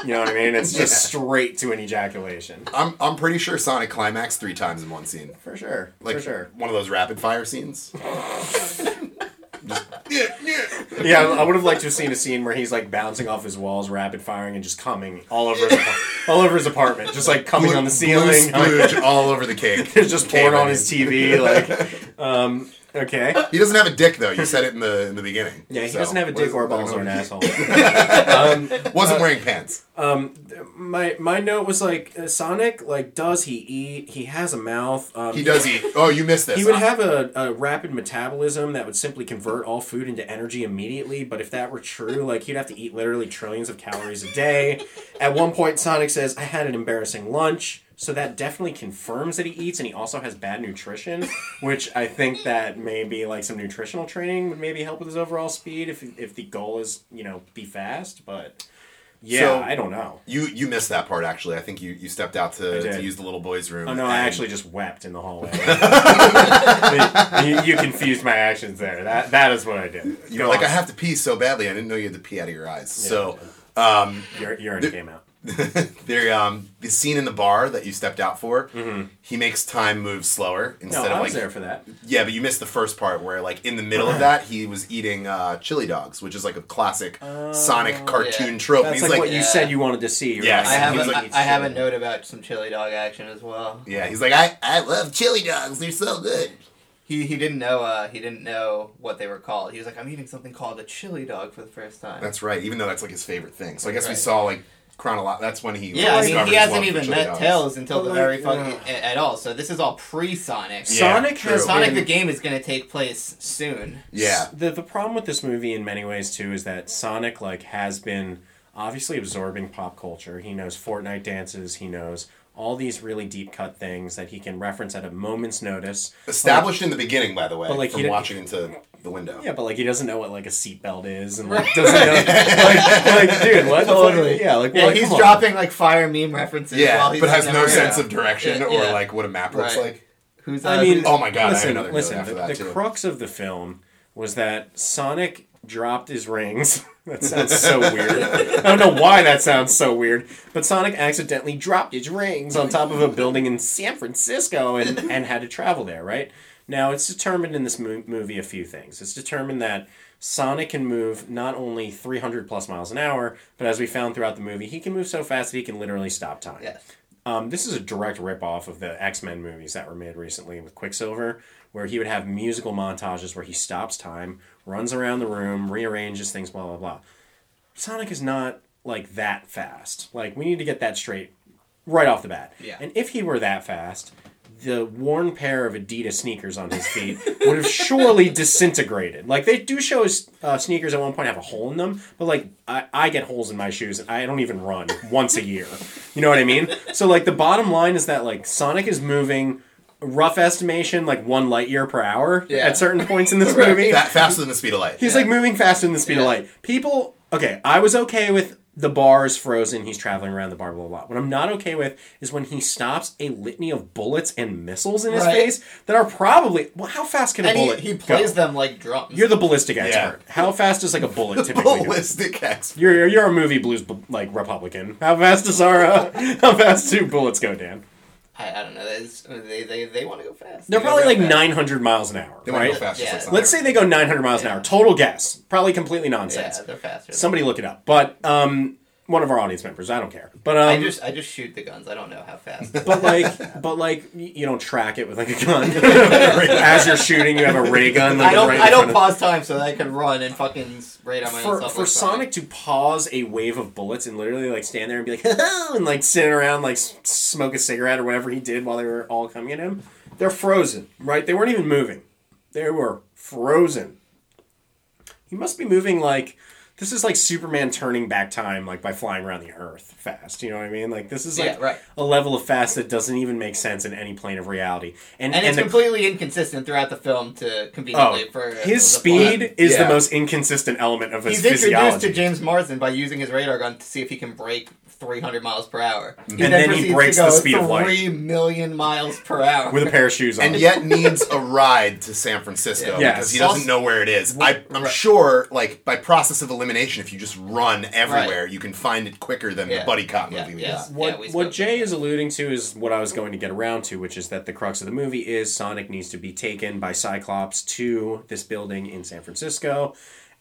You know what I mean? It's just straight to an ejaculation.
I'm I'm pretty sure Sonic climaxed three times in one scene.
For sure.
Like
for sure.
one of those rapid fire scenes.
Yeah, I would have liked to have seen a scene where he's like bouncing off his walls, rapid firing, and just coming all over his, all over his apartment, just like coming on the
Blue
ceiling, coming,
splooge all over the cake.
just pouring
Caving
on
in.
his TV. Like, um, okay,
He doesn't have a dick though. You said it in the in the beginning.
yeah, he
So,
doesn't have a
what
dick
is-
or balls or an asshole. um,
Wasn't wearing pants.
Um, th- my my note was like uh, Sonic. Like, does he eat? He has a mouth. Um,
He does eat. Oh, you missed this.
He would have a, a rapid metabolism that would simply convert all food into energy immediately. But if that were true, like he'd have to eat literally trillions of calories a day. At one point, Sonic says, "I had an embarrassing lunch." So that definitely confirms that he eats, and he also has bad nutrition, which I think that maybe like some nutritional training would maybe help with his overall speed if if the goal is you know be fast. But yeah,
So-
I don't know.
You you missed that part actually. I think you, you stepped out
I
to,
did.
to use the little boy's room.
Oh no! I
and-
actually just wept in the hallway. I mean, you, you confused my actions there. That that is what I did.
You were
Go
like,
on.
I have to pee so badly. I didn't know you had to pee out of your eyes. So, um,
Ur- urine came out.
there, um, the scene in the bar that you stepped out for, he makes time move slower
Mm-hmm. No,
instead
I
of
was
like.
there for that.
Yeah, but you missed the first part where, like, in the middle of that, he was eating uh, chili dogs, which is like a classic Sonic cartoon
yeah.
trope. And
Oh. That's
he's
like,
like,
what you
yeah.
said you wanted to see. You're
Yes.
I have
he
a,
was
I,
like-
I have a note about some chili dog action as well.
yeah, he's like, I, I love chili dogs. They're so good.
He he didn't know uh, he didn't know what they were called. He was like, I'm eating something called a chili dog for the first time.
That's right. Even though that's like his favorite thing. So I guess we
Right.
saw like chronolo. That's when he
yeah, I mean,
discovered
he
his
hasn't
love for
even
chili
met
dogs.
Tails until
But,
the
like,
very fucking
ugh.
a- at all. So this is all pre-Sonic.
Yeah,
Sonic
true.
has
Sonic
been-
the game is going to take place soon.
Yeah.
The the problem with this movie in many ways too is that Sonic like has been obviously absorbing pop culture. He knows Fortnite dances. He knows all these really deep cut things that he can reference at a moment's notice.
Established in the beginning, by the way,
But, like,
from
he didn't-
watching into the window.
Yeah, but like he doesn't know what like a seatbelt is, and like doesn't know like, like dude, what? the fuck? Yeah, like
yeah,
like,
he's
come on.
dropping like fire meme references. while
Yeah,
he's
but has no
never-
sense of direction
Yeah,
or
yeah.
like what a map looks
Right.
like.
Who's uh,
I mean,
Oh my God, I have
Listen,
another note
listen.
after
the
that,
the
too.
crux of the film was that Sonic dropped his rings. that sounds so weird. I don't know why that sounds so weird, but Sonic accidentally dropped his rings on top of a building in San Francisco and and had to travel there. Right now, it's determined in this mo- movie a few things. It's determined that. Sonic can move not only 300 plus miles an hour, but as we found throughout the movie, he can move so fast that he can literally stop time.
Yes.
Um, this is a direct ripoff of the X Men movies that were made recently with Quicksilver, where he would have musical montages where he stops time, runs around the room, rearranges things, blah, blah, blah. Sonic is not like that fast. Like, we need to get that straight right off the bat.
Yeah.
And if he were that fast, the worn pair of Adidas sneakers on his feet would have surely disintegrated. Like they do show his uh, sneakers at one point have a hole in them, but like I, I get holes in my shoes and I don't even run once a year. You know what I mean? So like the bottom line is that like Sonic is moving. Rough estimation, like one light year per hour
Yeah.
at certain points in this movie.
That faster than the speed of light.
He's like moving faster than the speed of
Yeah.
light. People, okay, I was okay with the bar is frozen. He's traveling around the bar, blah, blah, blah. What I'm not okay with is when he stops a litany of bullets and missiles in his
Right.
face that are probably. Well, how fast can a
and he,
bullet?
he
go?
plays them like drums.
You're the ballistic
Yeah.
expert. How fast is like a bullet typically? go?
ballistic expert.
You're, you're you're a movie blues like Republican. How fast does our uh, how fast do bullets go, Dan?
I, I don't know. It's, they they, they want to go fast.
They're
They
probably
go
like
fast.
900 miles an hour,
They
right?
want to go faster.
Yeah.
It's like
Let's say they go 900 miles an hour. Total guess, probably completely
Yeah,
nonsense.
they're faster.
Somebody look it up. But um, one of our audience members, I don't care. But um,
I just I just shoot the guns. I don't know how fast.
but like, but like, y- you don't track it with like a gun. As you're shooting, you have a ray gun. Like,
I don't
Right in
I don't
front of-
pause time so that I can run and fucking radar myself.
for,
like
for Sonic to pause a wave of bullets and literally like stand there and be like and like sit around like s- smoke a cigarette or whatever he did while they were all coming at him, they're frozen, right? They weren't even moving. They were frozen. He must be moving like this is like Superman turning back time like by flying around the earth fast. You know what I mean? Like this is like
Yeah, right.
a level of fast that doesn't even make sense in any plane of reality. And
and, Oh, it's
the-
completely inconsistent throughout the film to conveniently for
his
the plot.
speed is
Yeah.
the most inconsistent element of his
He's introduced
physiology.
to James Marsden by using his radar gun to see if he can break 300 miles per hour. He
And then he
proceeds to
breaks the
go
speed of light.
3 million miles per hour.
with a pair of shoes on.
and yet needs a ride to San Francisco
Yes.
because he doesn't
Also-
know where it is. I, I'm
Right.
sure, like by process of elimination, if you just run everywhere, you can find it quicker than the
Yeah.
buddy cop
Yeah,
movie we
yeah.
got.
what,
we
what
spoke.
Jay is alluding to is what I was going to get around to, which is that the crux of the movie is Sonic needs to be taken by Cyclops to this building in San Francisco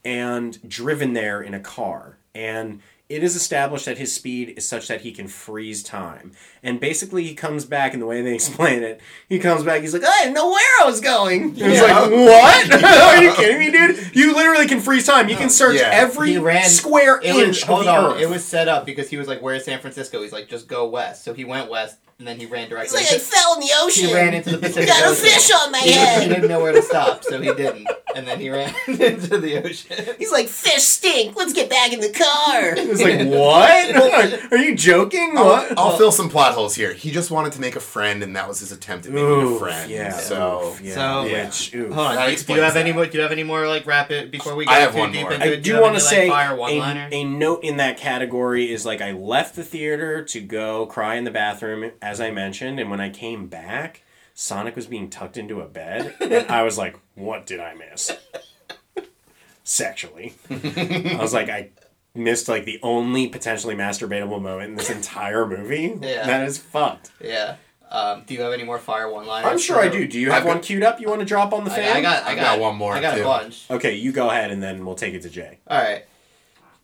and driven there in a car. And it is established that his speed is such that he can freeze time. And basically, he comes back, and the way they explain it, he comes back, he's like, I didn't know where I was going. It was
Yeah.
like, What? Are you kidding me, dude? You literally can freeze time. You can search
Yeah.
every
He ran-
square
it
inch
was,
of
hold
the
on.
earth.
It was set up because he was like, "Where's San Francisco?" He's like, "Just go west." So he went west, and then he ran
It's
directly.
like I fell in the ocean.
he ran into the Pacific
Got a
Ocean.
fish on my
He, he
head.
didn't know where to stop, so he didn't, and then he ran into the ocean.
He's like, fish stink. Let's get back in the car.
It was like, what? Are you joking? What?
I'll fill some plot holes here. He just wanted to make a friend, and that was his attempt at making a
Oof,
friend.
yeah.
So
Oof, yeah.
So-
which, oof.
Hold
That
on. Do, do you
explains
have any
that.
more? Do you have any more like rapid before we go
I have
too
one
deep
more.
into
I
it?
do
you have
want to say
any, like, fire
a,
one-liner?
a note in that category is like I left the theater to go cry in the bathroom, as I mentioned, and when I came back, Sonic was being tucked into a bed, and I was like, "What did I miss?" Sexually, I was like, I missed like the only potentially masturbatable moment in this entire movie.
Yeah.
That is fucked.
Yeah. Um, do you have any more fire one-liners?
I'm sure I do. Do you have
I've got-
one queued up? You want to drop on the fan?
I, I got. I
I've
got,
got one more,
I got
too.
a bunch.
Okay, you go ahead, and then we'll take it to Jay.
All right.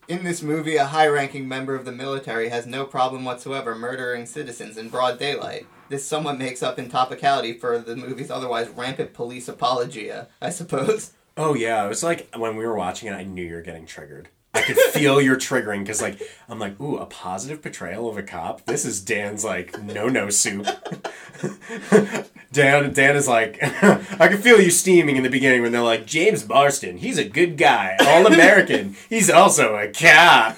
In this movie, a high ranking member of the military has no problem whatsoever murdering citizens in broad daylight. This somewhat makes up in topicality for the movie's otherwise rampant police apologia, I suppose.
Oh yeah, it was like when we were watching it, I knew you were getting triggered. I could feel your triggering because like I'm like, ooh, a positive portrayal of a cop. This is Dan's like no no soup. Dan Dan is like I could feel you steaming in the beginning when they're like, James Marston, he's a good guy, all American. he's also a cop.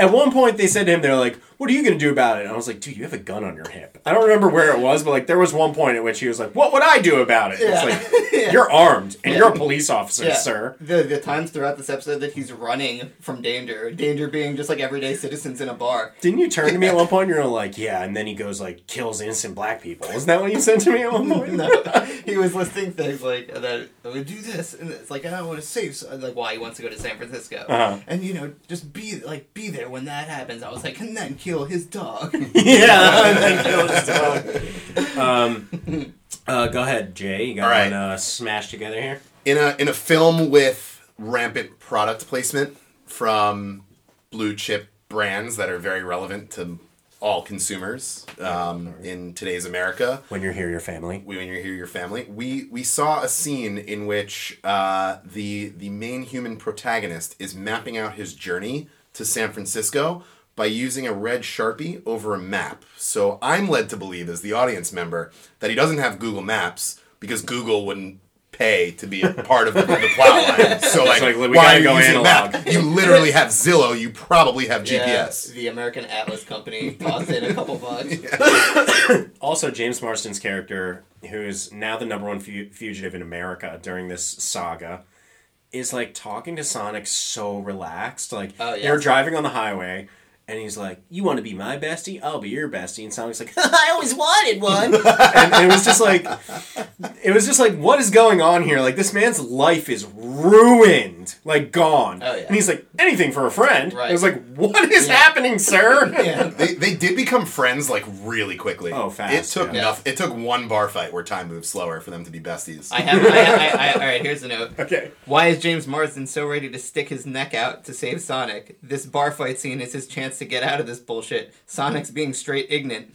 At one point they said to him, they're like, What are you gonna do about it? And I was like, dude, you have a gun on your hip. I don't remember where it was, but like there was one point at which he was like, What would I do about it? And It's
Yeah.
like
Yeah.
you're armed and you're a police officer, sir.
The, the times throughout this episode that he's running from danger, danger being just like everyday citizens in a bar.
Didn't you turn to me at one point and you're like, yeah, and then he goes like kills innocent black people. Isn't that what you said to me at one point?
No, he was listing things like that. I would do this, and it's like I don't want to save. So, like why he wants to go to San Francisco,
Uh-huh.
and you know, just be like be there when that happens. I was like, and then kill his dog.
yeah, and then kills his dog. Um, uh, go ahead, Jay. You got
All
one
right.
uh, smashed together here.
in a in a film with rampant product placement from blue chip brands that are very relevant to all consumers um, in today's America.
When you're here, your family.
when you hear your family. We we saw a scene in which uh, the the main human protagonist is mapping out his journey to San Francisco by using a red sharpie over a map. So I'm led to believe, as the audience member, that he doesn't have Google Maps because Google wouldn't pay to be a part of the, the plot line. So like,
like, we
why
gotta
are you
go
using a map?
analog.
You literally have Zillow. You probably have
Yeah,
GPS.
the American Atlas Company tossed in a couple bucks.
Also, James Marston's character, who is now the number one fu- fugitive in America during this saga, is like talking to Sonic so relaxed. Like
Oh, yeah.
they're driving on the highway. And he's like, "You want to be my bestie? I'll be your bestie." And Sonic's like, "I always wanted one." and it was just like, it was just like, what is going on here? Like this man's life is ruined, like gone.
Oh, yeah.
And he's like, "Anything for a friend."
Right.
I was like, "What is
Yeah.
happening, sir?"
Yeah.
They, they did become friends like really quickly.
Oh, fast,
It took
yeah.
noth- It took one bar fight where time moved slower for them to be besties.
I have. I, have- I, I, all right, here's the note.
Okay.
Why is James Marsden so ready to stick his neck out to save Sonic? This bar fight scene is his chance to get out of this bullshit. Sonic's being straight ignorant.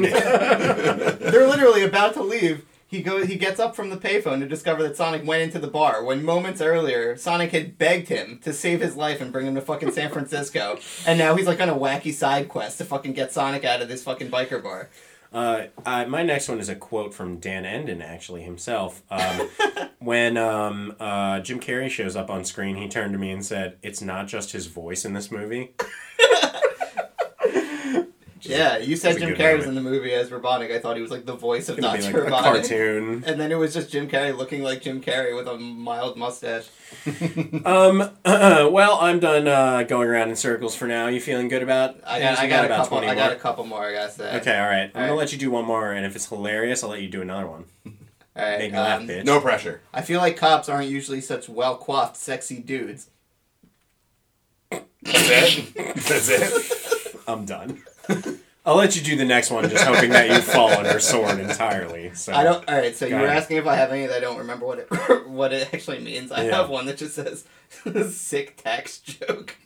They're literally about to leave. He goes. He gets up from the payphone to discover that Sonic went into the bar when moments earlier Sonic had begged him to save his life and bring him to fucking San Francisco, and now he's like on a wacky side quest to fucking get Sonic out of this fucking biker bar.
Uh, I, my next one is a quote from Dan Enden, actually himself. Um, when um, uh, Jim Carrey shows up on screen, he turned to me and said, "It's not just his voice in this movie."
Yeah, you said
That's a
Jim
good
Carrey was in
movie.
the movie as Robotic. I thought he was like the voice of
It's gonna
Dr.
be like a
Robotic.
cartoon.
And then it was just Jim Carrey looking like Jim Carrey with a mild mustache.
Um. well, I'm done uh, going around in circles for now. You feeling good about?
I
Yeah,
got, I
you
got a couple.
twenty
I got a
more.
couple more. I gotta say.
Okay, all right. I'm gonna
Alright.
let you do one more, and if it's hilarious, I'll let you do another one.
All right.
Make me laugh,
um,
bitch.
No pressure.
I feel like cops aren't usually such well coiffed, sexy dudes.
That's it. That's it.
I'm done. I'll let you do the next one, just hoping that you fall on her sword entirely. So
I don't. All right. So you
Got
were
it.
asking if I have any that I don't remember what it what it actually means. I
Yeah.
have one that just says "sick tax joke."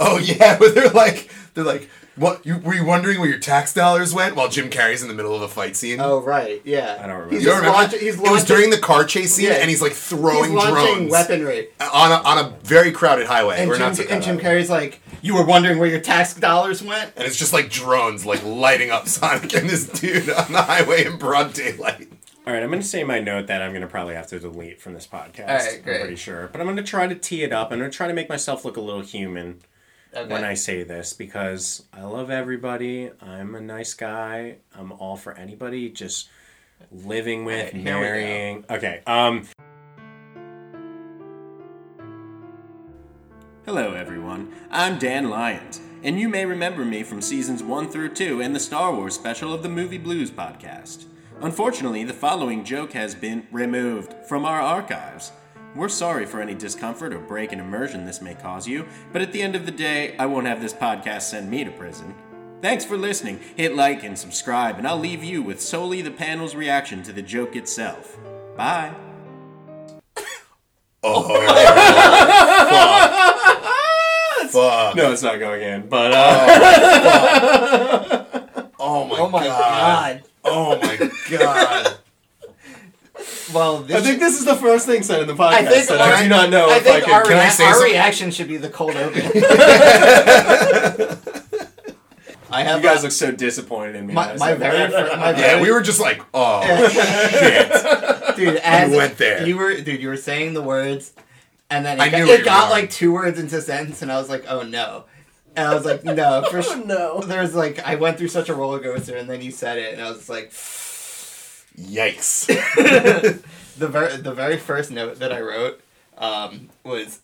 Oh yeah, but they're like they're like what you were you wondering where your tax dollars went while Jim Carrey's in the middle of a fight scene?
Oh right. Yeah.
I don't remember.
He's
you don't
just
remember?
launch- he's
it was
launching-
during the car chase scene,
Yeah.
and he's like throwing
he's launching
drones Uh,
weaponry.
on a, on a very crowded highway.
And
We're
Jim,
not so
and Jim
crowded.
Carrey's like, you were wondering where your tax dollars went.
and it's just like drones like lighting up Sonic and this dude on the highway in broad daylight.
All right, I'm going to say my note that I'm going to probably have to delete from this podcast.
All right,
I'm
great.
pretty sure, but I'm going to try to tee it up. I'm going to try to make myself look a little human
Okay.
when I say this because I love everybody. I'm a nice guy. I'm all for anybody. Just living with,
All right, here we go.
marrying. Okay. Um. Hello, everyone. I'm Dan Lyons, and you may remember me from seasons 1 through 2 and the Star Wars special of the Movie Blues podcast. Unfortunately, the following joke has been removed from our archives. We're sorry for any discomfort or break in immersion this may cause you, but at the end of the day, I won't have this podcast send me to prison. Thanks for listening. Hit like and subscribe, and I'll leave you with solely the panel's reaction to the joke itself. Bye.
Oh, fuck. fuck.
No, it's not going in, but uh,
Oh my,
Oh my god.
god. Oh my god.
Well, this
I think this is the first thing said in the podcast
I think
that I
our-
do not know
I
if I
think
can.
our,
can I
rea-
say
our
something?
reaction should be the cold open. I have
you guys
a-
look so disappointed in me.
my,
when I
my
said that.
very first, my
Yeah,
very,
we were just like, oh shit.
dude. As
we went there.
you were, dude, you were saying the words, and then it
I
got,
knew we
it
were
got
wrong.
like two words into a sentence, and I was like, oh no, and I was like, no, for sure.
no.
There's like I went through such a roller coaster, and then you said it, and I was like,
Yikes.
the ver- the very first note that I wrote um, was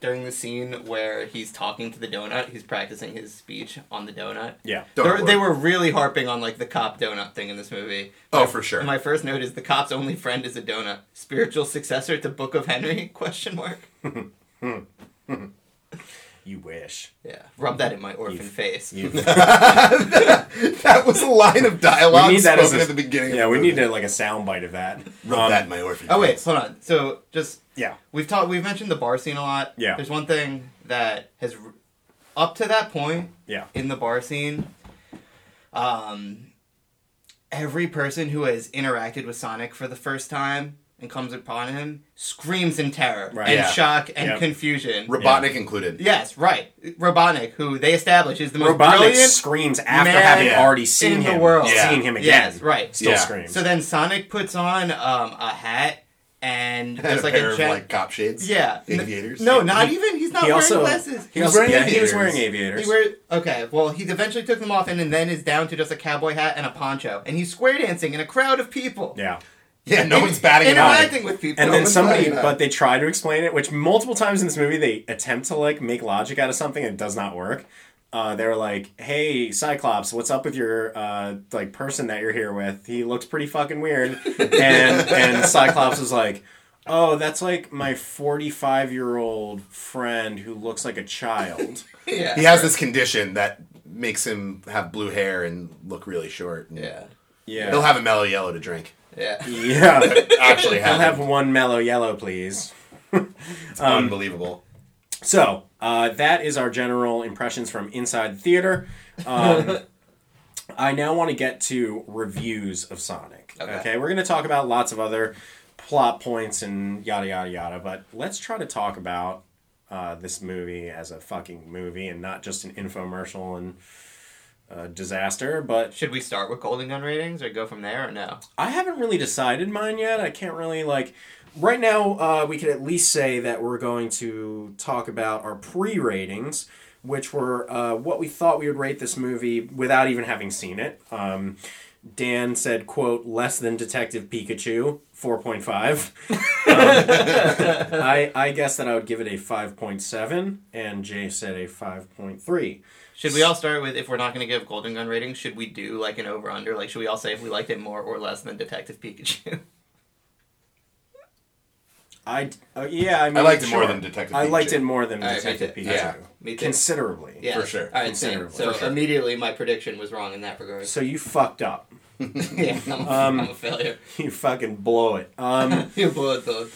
during the scene where he's talking to the donut. He's practicing his speech on the donut.
Yeah.
Don't
They're-
worry.
They were really harping on like the cop donut thing in this movie.
Oh, for sure.
My first note is the cop's only friend is a donut. Spiritual successor to Book of Henry? Question mark.
You wish.
Yeah, rub that in my orphan
You've-
face.
You
that was a line of dialogue
we need that as
spoken
a,
at the beginning.
Yeah,
of
we
the
need
movie.
to like a soundbite of that.
Rub
Um,
that in my orphan.
Oh wait,
face.
hold on. So just
Yeah.
We've talked. We've mentioned the bar scene a lot.
Yeah.
There's one thing that has, r- up to that point,
Yeah.
in the bar scene, um, every person who has interacted with Sonic for the first time and comes upon him screams in terror
Right.
and
Yeah.
shock and
Yep.
confusion.
Robotnik included.
yes, right. Robotnik, who they establish is the most
Robotnik
brilliant.
screams after
man
having
Yeah.
already seen
in the
him.
world.
Yeah.
Seeing him again.
Yes, right.
Still
Yeah.
screams.
So then Sonic puts on um, a hat and
Had
there's
a
like
pair
a
of
gen-
like cop shades.
yeah n-
Aviators.
No, not even. He's not
he
wearing
also,
glasses.
He,
He's
also
wearing
yeah, he was
aviators.
wearing aviators.
He wear okay. Well, he eventually took them off, and, and then is down to just a cowboy hat and a poncho, and he's square dancing in a crowd of people.
yeah.
Yeah, no one's batting an eye.
interacting with people.
And
No,
then
it's
somebody,
not.
but they try to explain it, which multiple times in this movie they attempt to like make logic out of something and it does not work. Uh, they're like, "Hey, Cyclops, what's up with your uh, like person that you're here with? He looks pretty fucking weird." and and Cyclops is like, "Oh, that's like my 45 year old friend who looks like a child."
yeah,
He has this condition that makes him have blue hair and look really short. and
yeah,
Yeah,
He'll have a mellow yellow to drink.
yeah.
yeah.
Actually,
I'll
have
have um, one mellow yellow, please.
unbelievable.
So uh, that is our general impressions from inside the theater. Um, I now want to get to reviews of Sonic. Okay,
Okay.
we're going to talk about lots of other plot points and yada yada yada, but let's try to talk about uh, this movie as a fucking movie and not just an infomercial and uh, disaster. But
Should we start with Golden Gun ratings or go from there or no?
I haven't really decided mine yet. I can't really like right now. Uh, we can at least say that we're going to talk about our pre ratings. which were uh, what we thought we would rate this movie without even having seen it. Um, Dan said, "quote less than Detective Pikachu, four point five. Um, I I guess that I would give it a five point seven, and Jay said a five point three.
Should we all start with if we're not going to give Golden Gun ratings? Should we do like an over under? Like, should we all say if we liked it more or less than Detective Pikachu?
I uh, yeah, I, mean,
I liked it
sure.
more than Detective
I liked
Pikachu.
it more than
I liked
Detective
it,
Pikachu
yeah.
Me too.
considerably.
yeah,
For sure.
All right, same.
Considerably.
So
For sure.
immediately my prediction was wrong in that regard.
So you fucked up.
yeah, I'm a,
Um,
I'm a failure.
You fucking blow it. Um,
you blew it though.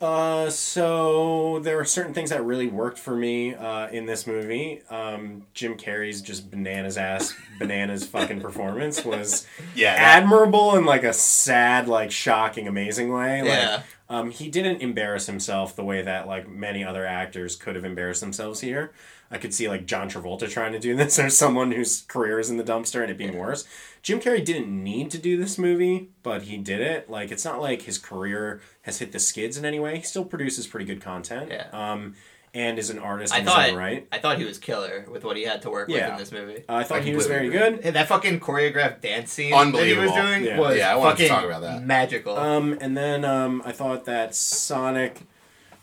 Uh, so there were certain things that really worked for me uh, in this movie. Um, Jim Carrey's just bananas ass, bananas fucking performance was
Yeah, that-
admirable in like a sad, like shocking, amazing way. Like,
Yeah.
um, he didn't embarrass himself the way that like many other actors could have embarrassed themselves here. I could see like John Travolta trying to do this, or someone whose career is in the dumpster, and it being worse. Jim Carrey didn't need to do this movie, but he did it. Like it's not like his career has hit the skids in any way. He still produces pretty good content.
Yeah.
Um, and is an artist.
I
in his own
thought
right.
I thought he was killer with what he had to work
Yeah.
with in this movie.
I thought
I
he was very
completely
good.
Hey, that fucking choreographed dance scene
Unbelievable.
that he was doing
Yeah.
was
Yeah, I wanted
fucking
to talk about that.
magical.
Um, and then um, I thought that Sonic,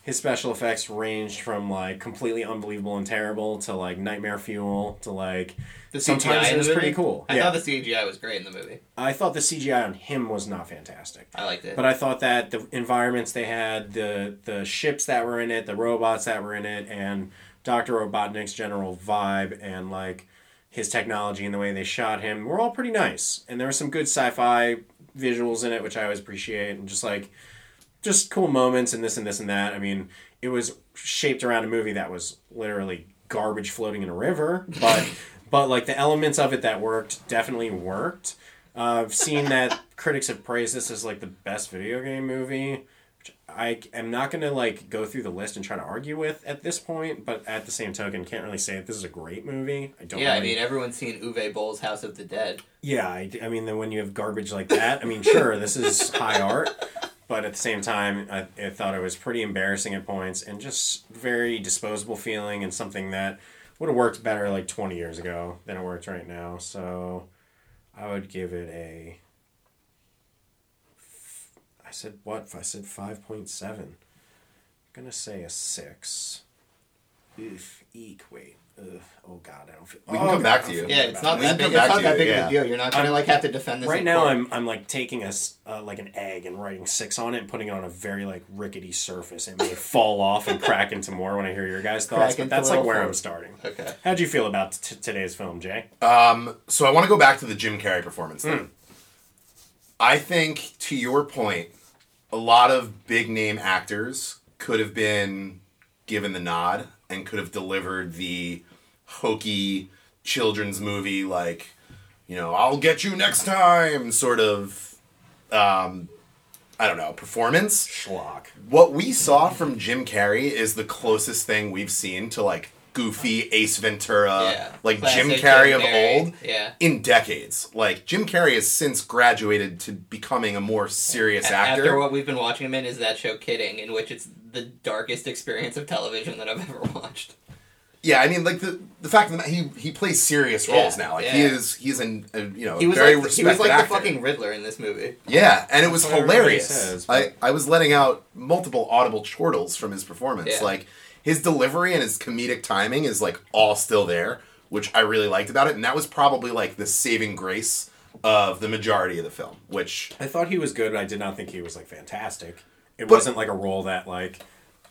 his special effects ranged from like completely unbelievable and terrible to like nightmare fuel to like
the
sometimes
CGI in
it
the
was
movie?
pretty cool.
I
yeah,
thought the CGI was great in the movie.
I thought the CGI on him was not fantastic.
I liked it.
But I thought that the environments they had, the the ships that were in it, the robots that were in it, and Doctor Robotnik's general vibe and like his technology and the way they shot him were all pretty nice. And there were some good sci-fi visuals in it, which I always appreciate, and just like just cool moments and this and this and that. I mean, it was shaped around a movie that was literally garbage floating in a river, but but like the elements of it that worked definitely worked. Uh, I've seen that critics have praised this as like the best video game movie. which I am not gonna like go through the list and try to argue with at this point, but at the same token, can't really say that this is a great movie. I don't.
yeah, I
really-
mean everyone's seen Uwe Boll's House of the Dead.
yeah, I, d- I mean, then when you have garbage like that, I mean, sure, this is high art, but at the same time, I, I thought it was pretty embarrassing at points and just very disposable feeling and something that would have worked better like 20 years ago than it works right now. So I would give it a. I said what? I said 5.7. I'm going to say a 6. Oof, eek, wait. Ugh, oh, God, I don't feel.
We can
oh, God,
come back
I
to
don't
you.
feel
yeah,
good
it's
about
not
We
that
can
big. It's
come back
not
to
that
it,
big of
yeah.
a deal. You're not gonna like have to defend this.
right
in
now
court.
I'm, I'm like taking a s- uh, like an egg and writing six on it and putting it on a very like rickety surface it may fall off and crack into more when i hear your guys thoughts
Crack into
but that's like
little
where i'm
folds.
starting
Okay.
how'd you feel about t- today's film jay
Um, so I want to go back to the Jim Carrey performance.
Hmm.
Then. I think, to your point, a lot of big name actors could have been given the nod and could have delivered the hokey children's movie, like, you know, I'll get you next time sort of, um, I don't know, performance
schlock
what we saw from Jim Carrey is the closest thing we've seen to like goofy Ace Ventura,
uh,
yeah.
like
Classic
Jim Carrey of
Carrey.
old,
Yeah.
in decades. Like Jim Carrey has since graduated to becoming a more serious
A-
actor.
After what we've been watching him in is that show Kidding, in which it's the darkest experience of television that I've ever watched.
yeah, I mean, like the the fact that he he plays serious roles
Yeah,
now. Like
yeah.
he is he's an a, you know
He was
very
like the, he
respected
was like
actor.
the fucking Riddler in this movie.
Yeah, and it was
That's what everybody
hilarious.
says,
I,
but-
I was letting out multiple audible chortles from his performance.
Yeah.
Like his delivery and his comedic timing is like all still there, which I really liked about it. And that was probably like the saving grace of the majority of the film, which
i thought he was good but i did not think he was like fantastic it
But-
wasn't like a role that like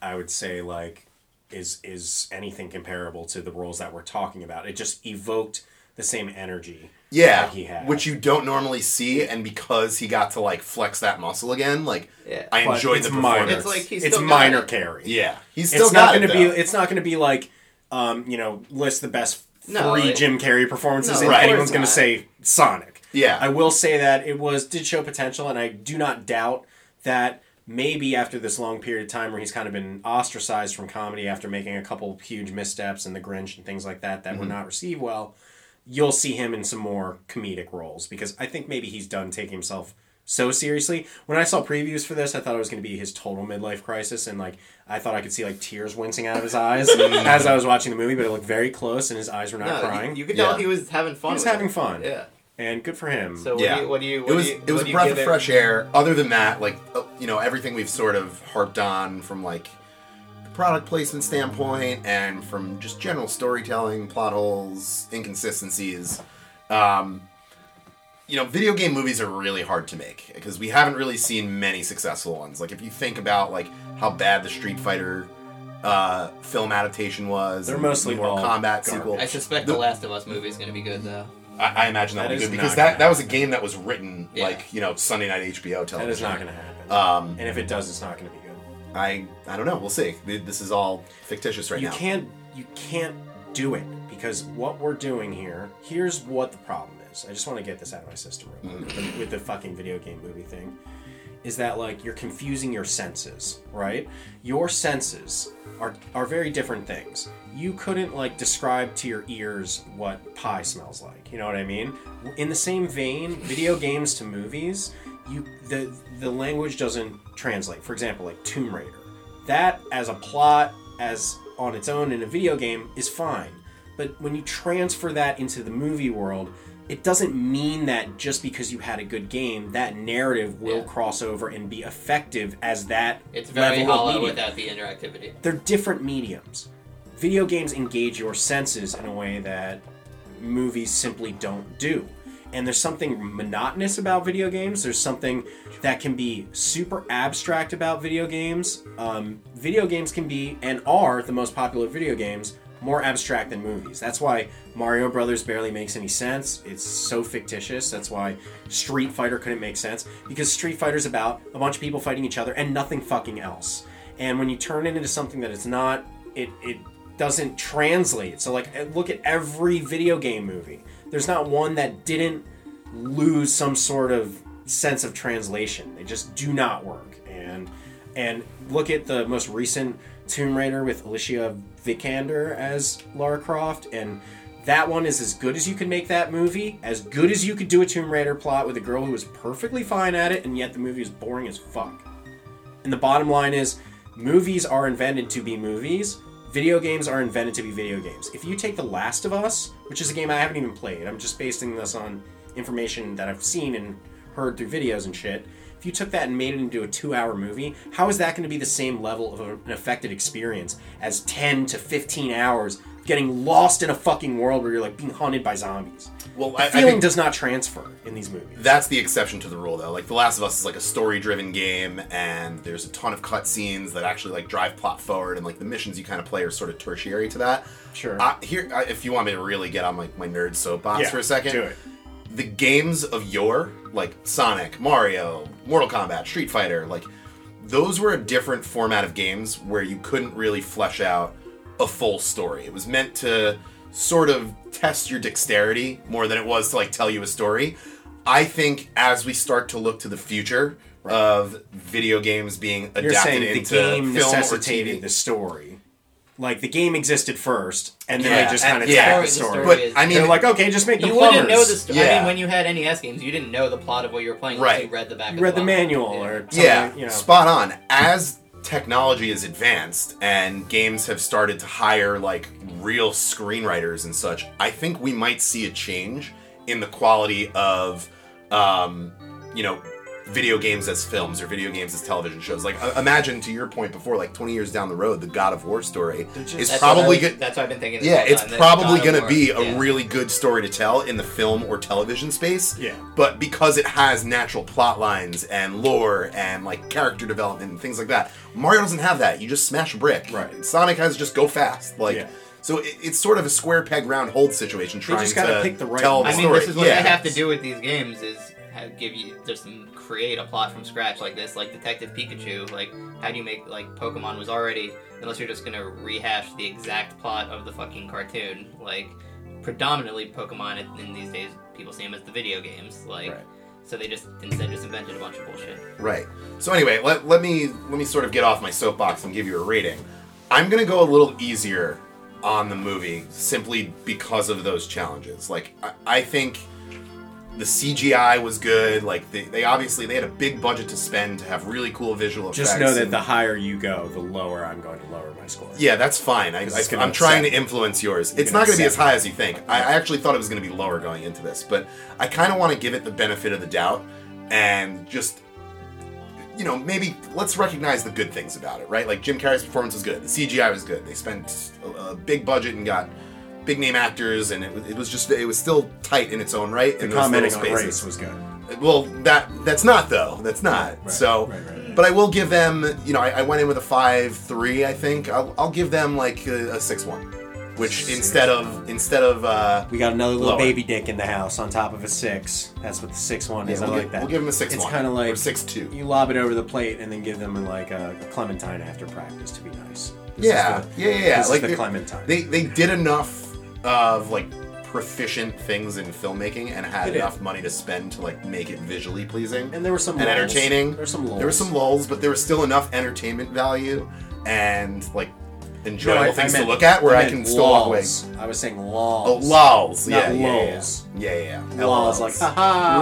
i would say like is is anything comparable to the roles that we're talking about it just evoked the same energy
yeah,
that he had
which you don't normally see. And because he got to like flex that muscle again, like
Yeah.
I
But
enjoyed
it's
the
minor.
performance.
It's like he's
it's
still got
minor
it.
carry
yeah, he's still
it's
got
not going
it,
to be.
though.
It's not going to be like, um, you know, list the best
No,
three
it-
Jim Carrey performances, and
no,
of course
anyone's going to
not.
say Sonic.
Yeah.
I will say that it was did show potential, and I do not doubt that maybe after this long period of time where he's kind of been ostracized from comedy after making a couple huge missteps in The Grinch and things like that that
Mm-hmm.
were not received well, you'll see him in some more comedic roles because I think maybe he's done taking himself so seriously. When I saw previews for this, I thought it was going to be his total midlife crisis, and like I thought I could see like tears wincing out of his eyes as I was watching the movie. But it looked very close, and his eyes were not
Mm. No,
crying.
You, you could tell
Yeah.
he was having fun.
he was
with
having
it.
fun,
Yeah.
and good for him.
So what
Yeah.
do you? What do you? What
it was
do you,
it
what
was a
do you
breath
give
of
it?
fresh air. Other than that, like uh, you know everything we've sort of harped on from like the product placement standpoint and from just general storytelling, plot holes, inconsistencies. Um, you know, video game movies are really hard to make because we haven't really seen many successful ones. Like if you think about like how bad the Street Fighter uh, film adaptation was,
They're
and
mostly
the Mortal
all
Kombat
garbage.
sequel.
I suspect the Last of Us movie is going to be good though.
I, I imagine that,
That
will be
is
good because
not
that,
gonna
that was a game that was written
Yeah.
like you know Sunday night HBO television.
that is not going to happen.
Um,
and if it does, it's not going to be good.
I I don't know. We'll see. Th- This is all fictitious right
you
now.
can't you can't do it because what we're doing here. Here's what the problem is. I just want to get this out of my system real quick with the- with the fucking video game movie thing. Is that like you're confusing your senses, right? Your senses are are very different things. You couldn't like describe to your ears what pie smells like. You know what I mean? In the same vein, video games to movies, you the the language doesn't translate. For example, like Tomb Raider that as a plot as on its own in a video game is fine but when you transfer that into the movie world it doesn't mean that just because you had a good game that narrative will
Yeah.
cross over and be effective as that
It's very hollow
medium.
without the interactivity.
they're different mediums video games engage your senses in a way that movies simply don't do. And there's something monotonous about video games. There's something that can be super abstract about video games. Um, video games can be and are the most popular video games more abstract than movies. That's why Mario Brothers barely makes any sense. It's so fictitious. That's why Street Fighter couldn't make sense because Street Fighter's about a bunch of people fighting each other and nothing fucking else. And when you turn it into something that it's not, it it doesn't translate. So like look at every video game movie. There's not one that didn't lose some sort of sense of translation. They just do not work. And and look at the most recent Tomb Raider with Alicia Vikander as Lara Croft and that one is as good as you can make that movie, as good as you could do a Tomb Raider plot with a girl who was perfectly fine at it and yet the movie is boring as fuck. And the bottom line is movies are invented to be movies, video games are invented to be video games. If you take The Last of Us, which is a game I haven't even played, I'm just basing this on information that I've seen and heard through videos and shit. If you took that and made it into a two hour movie, how is that going to be the same level of an affected experience as 10 to 15 hours of getting lost in a fucking world where you're like being haunted by zombies?
well,
The
I, I
feeling
think
does not transfer in these movies.
that's the exception to the rule though. Like The Last of Us is like a story-driven game, and there's a ton of cutscenes that actually like drive plot forward, and like the missions you kind of play are sort of tertiary to that.
Sure.
I, here, I, if you want me to really get on like my nerd soapbox
Yeah,
for a second,
do it.
the games of yore, like Sonic, Mario, Mortal Kombat, Street Fighter, like those were a different format of games where you couldn't really flesh out a full story. It was meant to sort of test your dexterity more than it was to like tell you a story. I think as we start to look to the future of video games being adapted
You're saying the
into
game
film or
necessitated
TV,
the story. Like the game existed first, and then
Yeah,
they just kind of
and- yeah.
tacked the
The
story.
story
but
is-
I mean,
They're like, okay, just make the
You
plumbers.
wouldn't know the story. I
Yeah.
mean, when you had NES games, you didn't know the plot of what you were playing. unless
Right.
You read the back.
You
of
read the
box.
manual
Yeah.
or something,
yeah,
you know.
spot on. As technology is advanced and games have started to hire like real screenwriters and such, I think we might see a change in the quality of, um, you know, video games as films or video games as television shows. Like, uh, imagine to your point before, like twenty years down the road, the God of War story is
That's
probably
what I was-
good.
That's what I've been thinking. this
Yeah,
whole
it's
time, that
probably
God of
going to
War-
be a
yeah.
really good story to tell in the film or television space.
Yeah.
But because it has natural plot lines and lore and like character development and things like that, Mario doesn't have that. You just smash a brick.
Right.
Sonic has just go fast. Like,
Yeah.
so it, it's sort of a square peg round hole situation. Trying
just gotta
to
pick the right
tell
one.
I
the
mean,
story.
this is what
yeah.
they have to do with these games is have, give you just some- create a plot from scratch like this, like Detective Pikachu. Like, how do you make like Pokemon was already unless you're just gonna rehash the exact plot of the fucking cartoon. Like, predominantly Pokemon in- in these days, people see them as the video games. Like,
Right.
so they just instead just invented a bunch of bullshit.
Right. So anyway, let, let me let me sort of get off my soapbox and give you a rating. I'm gonna go a little easier on the movie simply because of those challenges. Like I, I think the CGI was good. Like they, they obviously they had a big budget to spend to have really cool visual effects.
Just know that
and-
the higher you go, the lower I'm going to lower my score.
yeah, that's fine. I,
'Cause it's
I,
gonna
I'm trying to
upset.
influence yours.
You're
It's
gonna
not going to be
upset
as high as you think. I, I actually thought it was going to be lower going into this, but I kind of want to give it the benefit of the doubt and just, you know, maybe let's recognize the good things about it, right? Like Jim Carrey's performance was good. The CGI was good. They spent a, a big budget and got big name actors, and it, was- it was just it was still tight in its own right.
The
in those
commenting on
little spaces.
race was good.
Well, that that's not though. That's not.
Right,
So,
right, right, right.
but I will give them. You know, I, I went in with a five three. I think I'll, I'll give them like a, a six one, which
Six
instead of instead of uh,
We got another little
Lower.
baby dick in the house on top of a six. That's what the six one
yeah,
is.
we'll,
I
give,
like that.
we'll give them a six
It's
one.
kind of
or
like
six two.
you lob it over the plate and then give them like a, a clementine after practice to be nice. This is
yeah,
the-
yeah, yeah, yeah.
This
like
is
they-
the clementine.
they they did enough of like proficient things in filmmaking and
They
had
did.
enough money to spend to like make it visually pleasing.
and there were some
and
lulls.
entertaining.
There were some lulls.
There were some lulls, but there was still enough entertainment value and like enjoyable
I- I
things
meant-
to look at where I,
meant
can still walk away.
lulls. I was saying
Oh,
lulls.
lulls,
Not
yeah, yeah,
lulls.
yeah, yeah, yeah.
Lulls, like ha ha.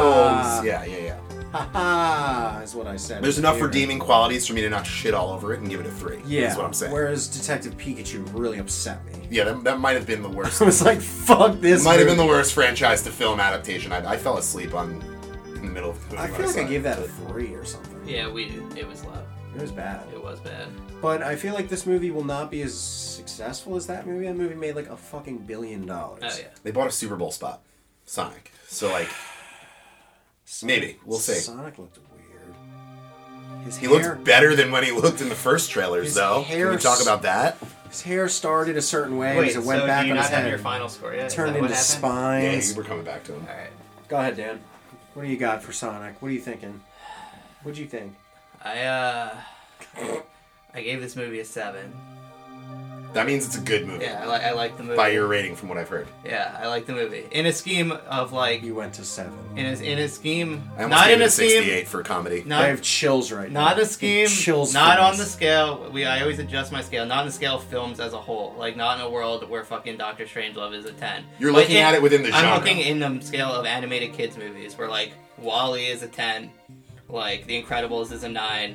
lulls, yeah, yeah, yeah.
Ha ha is what I said.
There's enough
Here.
redeeming qualities for me to not shit all over it and give it a three.
Yeah.
is what I'm saying.
Whereas Detective Pikachu really upset me.
yeah, that, that might have been the worst.
I was like, fuck this.
might have been the
movie.
worst franchise to film adaptation. I, I fell asleep on in the middle of. The movie
I
when
feel like
saw
I
it.
gave that a three or something.
Yeah, we did. It was low.
It was bad.
It was bad.
But I feel like this movie will not be as successful as that movie. That movie made like a fucking billion dollars.
Oh yeah.
They bought a Super Bowl spot, Sonic. So like,
Sonic-
Maybe. We'll see.
Sonic looked weird. His
he
hair,
looks better than when he looked in the first trailers,
His
though.
hair
Can we talk
s-
about that?
his hair started a certain way.
Wait,
as it went
so
back
do you
on
not
his
have
head.
your final score yet? Is
turned
that what
into
happened?
Yeah,
spines.
we're coming back to him.
All right.
Go ahead, Dan. What do you got for Sonic? What are you thinking? What'd you think?
I uh, I gave this movie a seven.
That means it's a good movie.
Yeah, I like I like the movie.
By your rating, from what I've heard.
Yeah, I like the movie. In a scheme of like,
You went to seven.
in a, in a scheme,
I almost
not
gave
in
it
a
a
scheme,
68 for a comedy.
I
not
have chills right
not
now.
a scheme,
Chills
not
from
on
this.
the scale. We I always adjust my scale, not on the scale of films as a whole. Like not in a world where fucking Doctor Strangelove is a ten.
You're
But
looking
in-
at it within the genre.
I'm looking in the scale of animated kids movies where like Wally is a ten, like The Incredibles is a nine,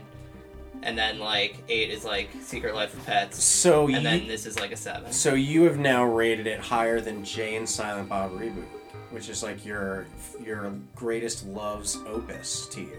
and then like eight is like Secret Life of Pets,
So you,
and then this is like a seven.
so you have now rated it higher than Jay and Silent Bob reboot, which is like your your greatest love's opus to you.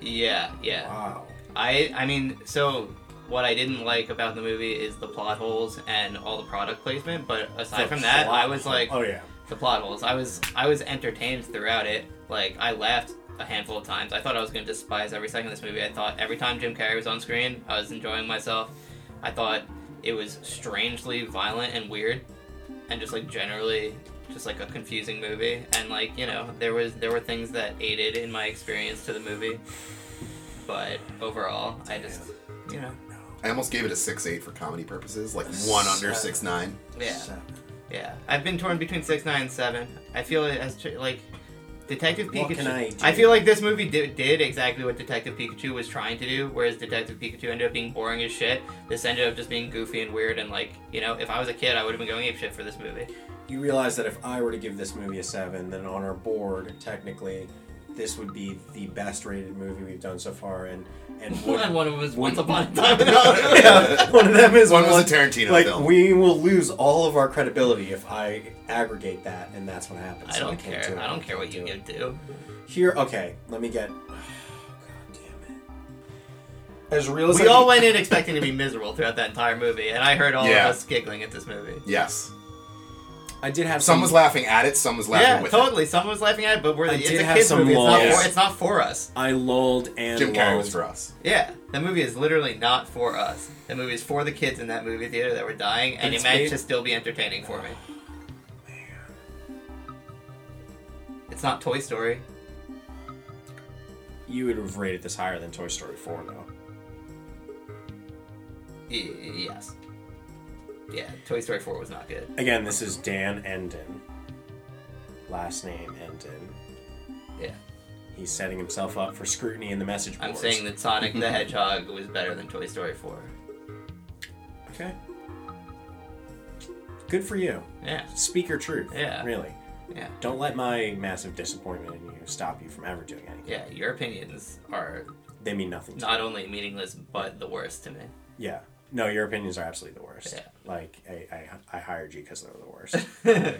Yeah, yeah.
Wow.
I I mean, so what I didn't like about the movie is the plot holes and all the product placement, but aside from that, I was like
oh yeah.
the plot holes. I was I was entertained throughout it. Like I laughed a handful of times. I thought I was going to despise every second of this movie. I thought every time Jim Carrey was on screen, I was enjoying myself. I thought it was strangely violent and weird and just like generally just like a confusing movie and like, you know, there was there were things that aided in my experience to the movie. But overall, I just you know,
I almost gave it a 6.8 for comedy purposes, like one under
Seven.
6.9.
yeah.
Seven.
Yeah, I've been torn between six, nine, and seven. I feel it as tr- like Detective Pikachu.
What can I do?
feel like this movie did, did exactly what Detective Pikachu was trying to do, whereas Detective Pikachu ended up being boring as shit. This ended up just being goofy and weird, and like you know, if I was a kid, I would have been going ape shit for this movie.
You realize that if I were to give this movie a seven, then on our board, technically, this would be the best rated movie we've done so far, and and would-
and one of them was Once
would-
Upon a Time in Hollywood.
Yeah, one of them is
One was a
one-
Tarantino
like,
film.
we will lose all of our credibility if I aggregate that, and that's what happens.
I
So
don't
can't
care.
do it.
I don't
can't
care what you
do it.
give do.
Here, okay, let me get. God damn it. As real as
We
I
all
can-
went in expecting to be miserable throughout that entire movie, and I heard all
Yeah.
of us giggling at this movie.
Yes.
I did have
Some
some.
was laughing at it, some was laughing
Yeah,
with
totally. Someone was laughing at it, but we're
I
it's
did
a
have
kids
some
movie. It's not,
lulls.
for, it's not for us.
I lulled and
it. Jim
lulled.
Carrey was for us.
Yeah, that movie is literally not for us. That movie is for the kids in that movie theater that were dying,
But
and it
it's
managed
made-
to still be entertaining for me. It's not Toy Story.
You would have rated this higher than Toy Story Four, though.
Y- yes. Yeah, Toy Story 4 was not good.
Again, this is Dan Endin. Last name Endin.
Yeah.
He's setting himself up for scrutiny in the message
I'm
boards.
saying that Sonic the Hedgehog was better than Toy Story 4.
Okay. Good for you.
Yeah.
Speak your truth.
Yeah.
Really.
Yeah.
Don't let my massive disappointment in you stop you from ever doing anything.
Yeah, your opinions are
They mean nothing. To me.
not only meaningless but the worst to me.
Yeah. No, your opinions are absolutely the worst.
Yeah.
Like I, I, I hired you because they were the worst.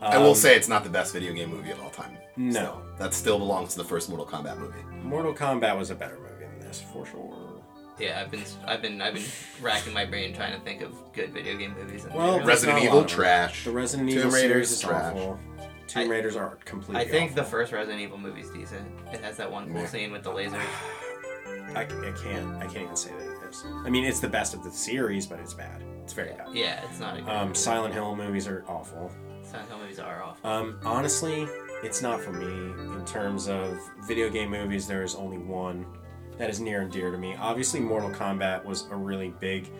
I will say it's not the best video game movie of all time.
Um, No.
Still. that still belongs to the first Mortal Kombat movie.
Mortal Kombat was a better movie than this for sure.
Yeah, I've been I've been I've been racking my brain trying to think of good video game movies. And
Well,
they really-
Resident
not a
Evil,
lot of them.
trash.
The Resident
Tomb
Evil
Raider's
series is
trash.
awful. Tomb
I-
Raiders are completely.
I think the
awful.
first Resident Evil movie's decent. It has that one cool
Yeah.
scene with the lasers.
I, I can't. I can't even say that it is. I mean, it's the best of the series, but it's bad. It's very bad.
Yeah, it's not a good.
Um, Silent Hill movies are awful.
Silent Hill movies are awful.
Um, honestly, it's not for me in terms of video game movies. There is only one that is near and dear to me. Obviously, Mortal Kombat was a really big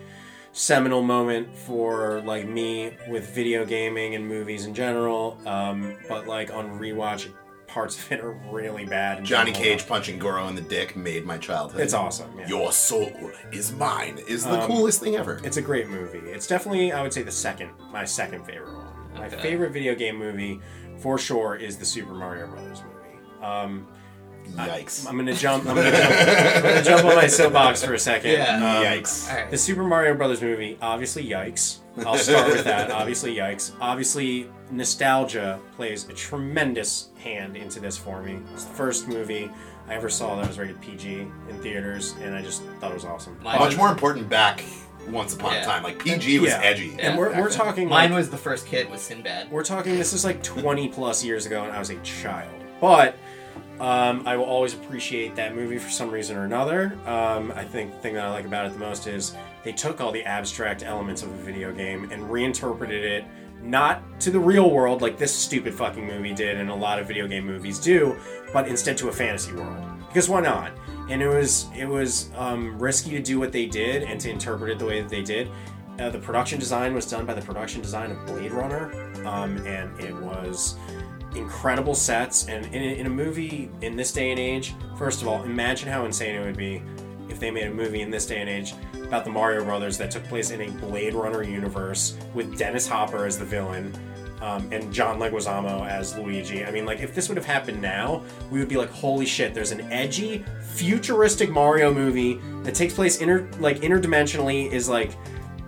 seminal moment for like me with video gaming and movies in general. Um, but like on rewatch, parts of it are really bad. and
Johnny
don't hold
Cage punching Goro in the dick made my
up.
childhood.
It's awesome. Yeah.
Your soul is mine is the
Um,
coolest thing ever.
It's a great movie. It's definitely, I would say, the second, my second favorite one. My
Okay.
favorite video game movie, for sure, is the Super Mario Brothers movie. Um,
Yikes.
I'm gonna jump. I'm gonna jump, I'm gonna jump on my soapbox for a second.
Yeah.
Um,
Yikes.
All right.
The Super Mario Brothers movie, obviously, yikes. I'll start with that. Obviously, yikes. Obviously, nostalgia plays a tremendous hand into this for me. It's the first movie I ever saw that was rated PG in theaters, and I just thought it was awesome.
Mine
Much
was-
more important back once upon
Yeah.
a time. Like PG was
Yeah.
edgy.
Yeah.
and we're,
back
we're
then.
talking. like-
Mine was the first kid with Sinbad.
We're talking, this is like 20 plus years ago, and I was a child. But um, I will always appreciate that movie for some reason or another. Um, I think the thing that I like about it the most is they took all the abstract elements of a video game and reinterpreted it not to the real world like this stupid fucking movie did and a lot of video game movies do, but instead to a fantasy world. Because why not? And it was it was um, risky to do what they did and to interpret it the way that they did. Uh, the production design was done by the production design of Blade Runner, um, and it was incredible sets. And in, in a movie in this day and age, first of all, imagine how insane it would be if they made a movie in this day and age about the Mario Brothers that took place in a Blade Runner universe with Dennis Hopper as the villain. Um, and John Leguizamo as Luigi. I mean, like, if this would have happened now, we would be like, "Holy shit!" There's an edgy, futuristic Mario movie that takes place inter, like, interdimensionally, is like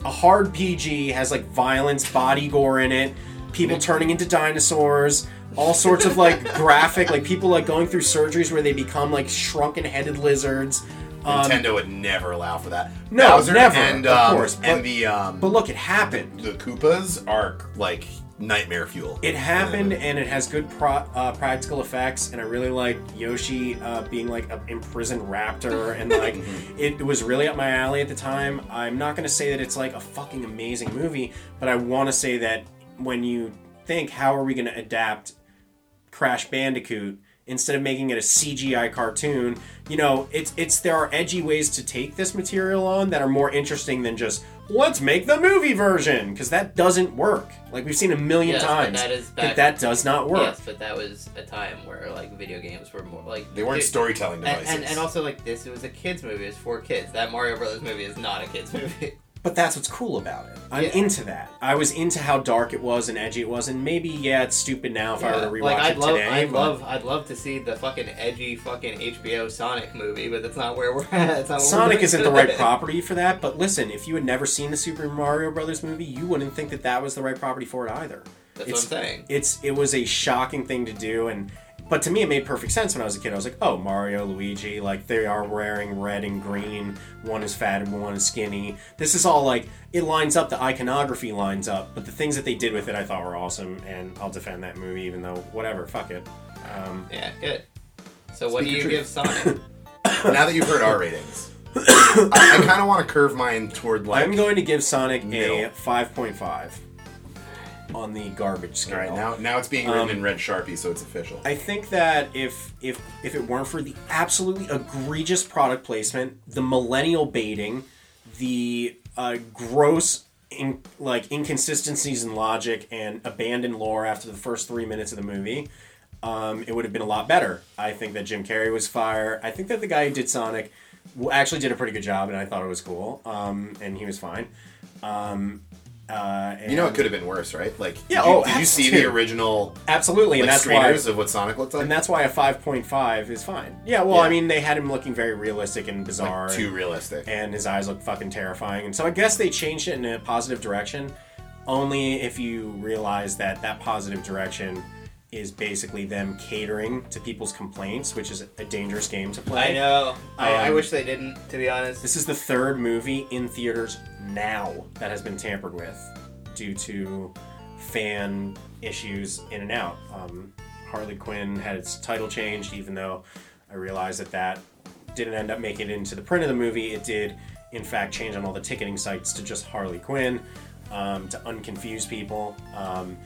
a hard PG has like violence, body gore in it, people turning into dinosaurs, all sorts of like graphic, like people like going through surgeries where they become like shrunken headed lizards. Um,
Nintendo would never allow for that.
No,
Bowser
never,
And,
of
um,
course,
and
but-
the um,
but look, it happened.
the Koopas are like nightmare fuel.
It happened, and it has good pro- uh, practical effects. And I really like Yoshi uh, being like an imprisoned raptor, and like it, it was really up my alley at the time. I'm not gonna say that it's like a fucking amazing movie, but I want to say that when you think, how are we gonna adapt Crash Bandicoot instead of making it a CGI cartoon. You know, it's it's there are edgy ways to take this material on that are more interesting than just let's make the movie version because that doesn't work. Like we've seen a million
Yes, but
times
that is back-
that does not work.
Yes, but that was a time where like video games were more like
They weren't
dude,
storytelling
and,
devices.
and, and also like this it was a kids movie. It was for kids. That Mario Brothers movie is not a kids movie.
But that's what's cool about it. I'm
Yeah.
into that. I was into how dark it was and edgy it was, and maybe yeah, it's stupid now if I were to rewatch
like I'd
it
love,
today.
I'd
but-
love, I'd love to see the fucking edgy fucking HBO Sonic movie, but that's not where we're at. That's not what we're
Sonic
doing
isn't the right
today.
property for that, but listen, if you had never seen the Super Mario Brothers movie, you wouldn't think that that was the right property for it either.
That's what I'm saying.
It's it was a shocking thing to do, and but to me it made perfect sense when I was a kid. I was like, oh, Mario, Luigi, like they are wearing red and green. One is fat and one is skinny. This is all like it lines up. The iconography lines up, but the things that they did with it, I thought were awesome, and I'll defend that movie, even though whatever, fuck it. Um,
Yeah, good. So what do
Speak
you
your
give Sonic?
now that you've heard our ratings, I, I kind of want to curve mine toward like.
I'm going to give Sonic a
Middle.
5.5 on the garbage scale.
all right now. Now it's being
Um,
written in red sharpie, so it's official.
I think that if if if it weren't for the absolutely egregious product placement, the millennial baiting, the uh, gross in, like inconsistencies in logic and abandoned lore after the first three minutes of the movie, um, it would have been a lot better. I think that Jim Carrey was fire. I think that the guy who did Sonic w- actually did a pretty good job, and I thought it was cool. Um, and he was fine. Um, Uh,
You know, it
and-
could have been worse, right? Like,
Yeah,
did you,
oh,
did you see
absolutely.
the original
absolutely,
like,
and that's why
screeners of what Sonic looked like?
and that's why a five point five is fine. Yeah, well,
Yeah.
I mean, they had him looking very realistic and bizarre,
like,
and-
too realistic.
and his eyes look fucking terrifying. And so I guess they changed it in a positive direction, only if you realize that that positive direction is basically them catering to people's complaints, which is a dangerous game to play.
I know. I, I
Um,
wish they didn't, to be honest.
This is the third movie in theaters now that has been tampered with due to fan issues in and out. Um, Harley Quinn had its title changed, even though I realized that that didn't end up making it into the print of the movie. It did, in fact, change on all the ticketing sites to just Harley Quinn um, to unconfuse people. Um,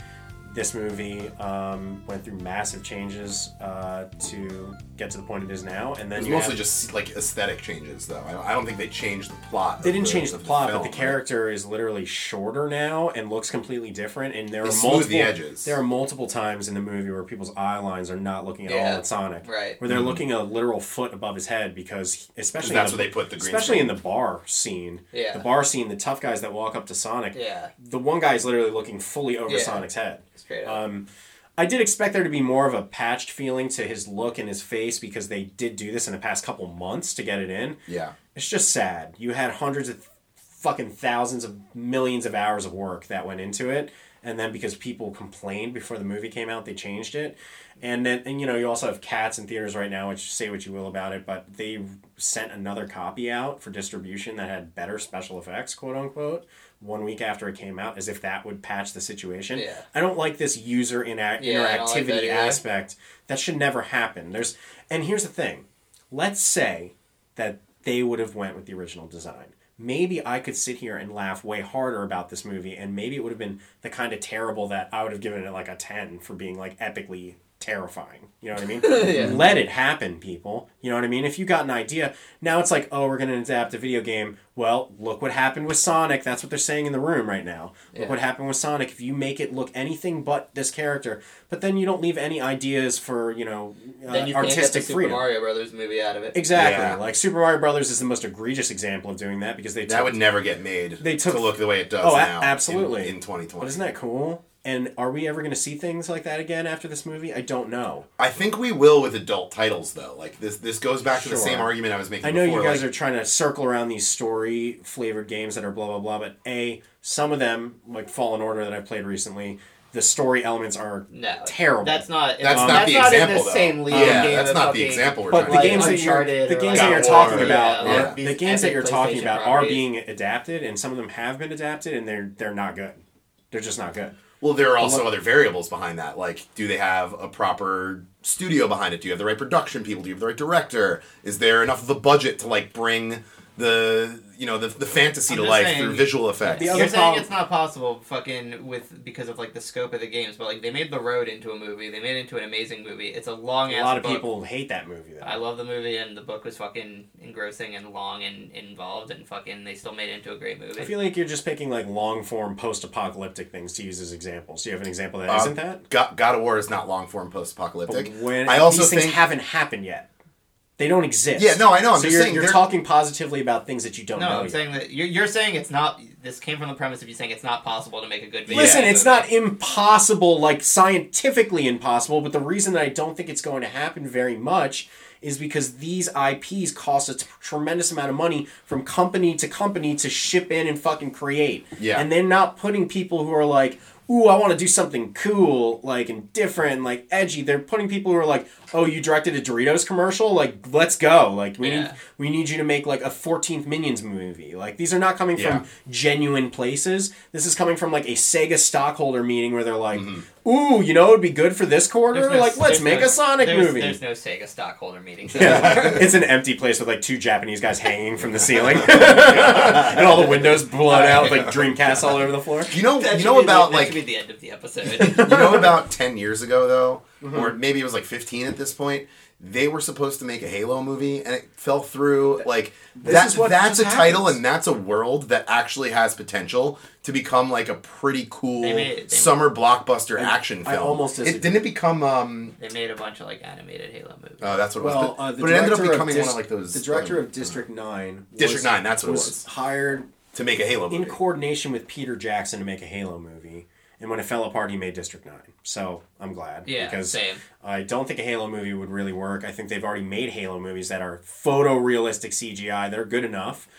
this movie um, went through massive changes uh, to get to the point it is now, and then
It was
you
mostly
have-
just like aesthetic changes, though. I I don't think they changed the plot.
They
of
didn't change the
of
plot,
film,
but the
right?
character is literally shorter now and looks completely different. And there
They
are
smooth
multiple
the edges.
There are multiple times in the movie where people's eye lines are not looking at
Yeah,
all at Sonic,
right.
Where they're looking a literal foot above his head because, especially in
that's
the-
where they put the green
especially
screen.
in the bar scene.
Yeah.
the bar scene, the tough guys that walk up to Sonic.
Yeah,
the one guy is literally looking fully over
Yeah.
Sonic's head.
straight up.
Um, I did expect there to be more of a patched feeling to his look and his face because they did do this in the past couple months to get it in.
Yeah.
It's just sad. You had hundreds of fucking thousands of millions of hours of work that went into it. And then because people complained before the movie came out, they changed it. And then, and you know, you also have cats in theaters right now, which say what you will about it, but they sent another copy out for distribution that had better special effects, quote unquote, one week after it came out, as if that would patch the situation.
Yeah.
I don't like this user ina-
Yeah, I don't like that
interactivity
either.
aspect. That should never happen. There's, and here's the thing let's say that they would have went with the original design maybe i could sit here and laugh way harder about this movie and maybe it would have been the kind of terrible that i would have given it like a 10 for being like epically terrifying you know what i mean let it happen people you know what i mean if you got an idea now it's like oh we're going to adapt a video game well look what happened with sonic that's what they're saying in the room right now look
Yeah.
what happened with sonic if you make it look anything but this character but then you don't leave any ideas for you know uh,
then you can't get the
artistic
Super
freedom
Mario Brothers movie out of it.
Exactly.
Yeah.
Like Super Mario Brothers is the most egregious example of doing that because they
That
took-
would never get made
They took-
to look the way it does
Oh, a-
now. in-
absolutely.
In, 2020.
But isn't that cool? And are we ever going to see things like that again after this movie? I don't know.
I think we will with adult titles, though. Like, this this goes back to the
Sure.
same argument I was making
I know
before.
you guys
like,
are trying to circle around these story flavored games that are blah blah blah, but a some of them like Fallen Order that I played recently, the story elements are
No,
terrible.
That's not.
That's
um,
not the
in
example,
the
though.
same league.
Yeah,
of game
that's
of
not the
fucking-
example we're
but the
Like
games that you're
Uncharted
the
or
games
like
that you're
God of
talking
War.
about
Yeah,
are-
like
the
these
games that
epic
you're talking
PlayStation
about are
properties.
being adapted and some of them have been adapted and they're they're not good. They're just not good.
Well, there are also other variables behind that. Like, do they have a proper studio behind it? Do you have the right production people? Do you have the right director? Is there enough of the budget to like bring the you know the, the fantasy
I'm
to
just
life
saying-
through visual effects?
The
Yeah,
other
You're saying
problem-
it's not possible, fucking, with because of like the scope of the games, but like they made The Road into a movie. They made it into an amazing movie. It's a long
A
ass.
lot of
book.
people hate that movie though.
I love the movie, and the book was fucking engrossing and long and involved, and fucking they still made it into a great movie.
I feel like you're just picking like long form post apocalyptic things to use as examples. Do you have an example that
Uh,
not that?
God, God of War is not long form post
But
apocalyptic.
when
I also
these things
think
haven't happened yet. They don't exist.
Yeah, no, I know, I'm
so
just
you're,
saying
you're
they're-
talking positively about things that you don't
No,
know.
I'm
yet.
saying that
you're, you're saying it's not. This came from the premise of you saying it's not possible to make a good video.
Listen,
game
it's
movie.
not impossible, like scientifically impossible, but the reason that I don't think it's going to happen very much is because these IPs cost a t- tremendous amount of money from company to company to ship in and fucking create.
Yeah.
And they're not putting people who are like, ooh, I want to do something cool, like, and different, like, edgy. They're putting people who are like, oh, you directed a Doritos commercial? Like, let's go. Like, we, need,
Yeah.
we need you to make, like, a 14th Minions movie. Like, these are not coming
Yeah.
from genuine places. This is coming from like a Sega stockholder meeting where they're like,
Mm-hmm.
"Ooh, you know, it'd be good for this quarter.
There's no-
like, let's
there's
make
no-
a Sonic
there's,
movie."
There's no Sega stockholder meetings.
Yeah. it's an empty place with like two Japanese guys hanging from the ceiling, and all the windows blown out with like Dreamcast all over the floor.
you know
That
you
should
know
be
about
the, that
like
should be the end of the
you
episode.
know about 10 years ago though
Mm-hmm.
or maybe it was like 15 at this point they were supposed to make a halo movie and it fell through like that,
is what
that's a
just
title
happens.
and that's a world that actually has potential to become like a pretty cool
They made- they-
summer blockbuster
I-
action
I
film
almost
it,
disagree.
didn't it become um
they made a bunch of like animated Halo movies.
oh that's what it was
Well,
but,
uh, the
but it ended up
director of
becoming
Dis-
one of like those
The director
um,
of District Nine.
District
was-
Nine, that's what it
was
was.
hired
to make a Halo movie.
in coordination with Peter Jackson to make a Halo movie. And when it fell apart, he made District Nine. So I'm glad.
Yeah,
because
same.
I don't think a Halo movie would really work. I think they've already made Halo movies that are photorealistic CGI. They're good enough.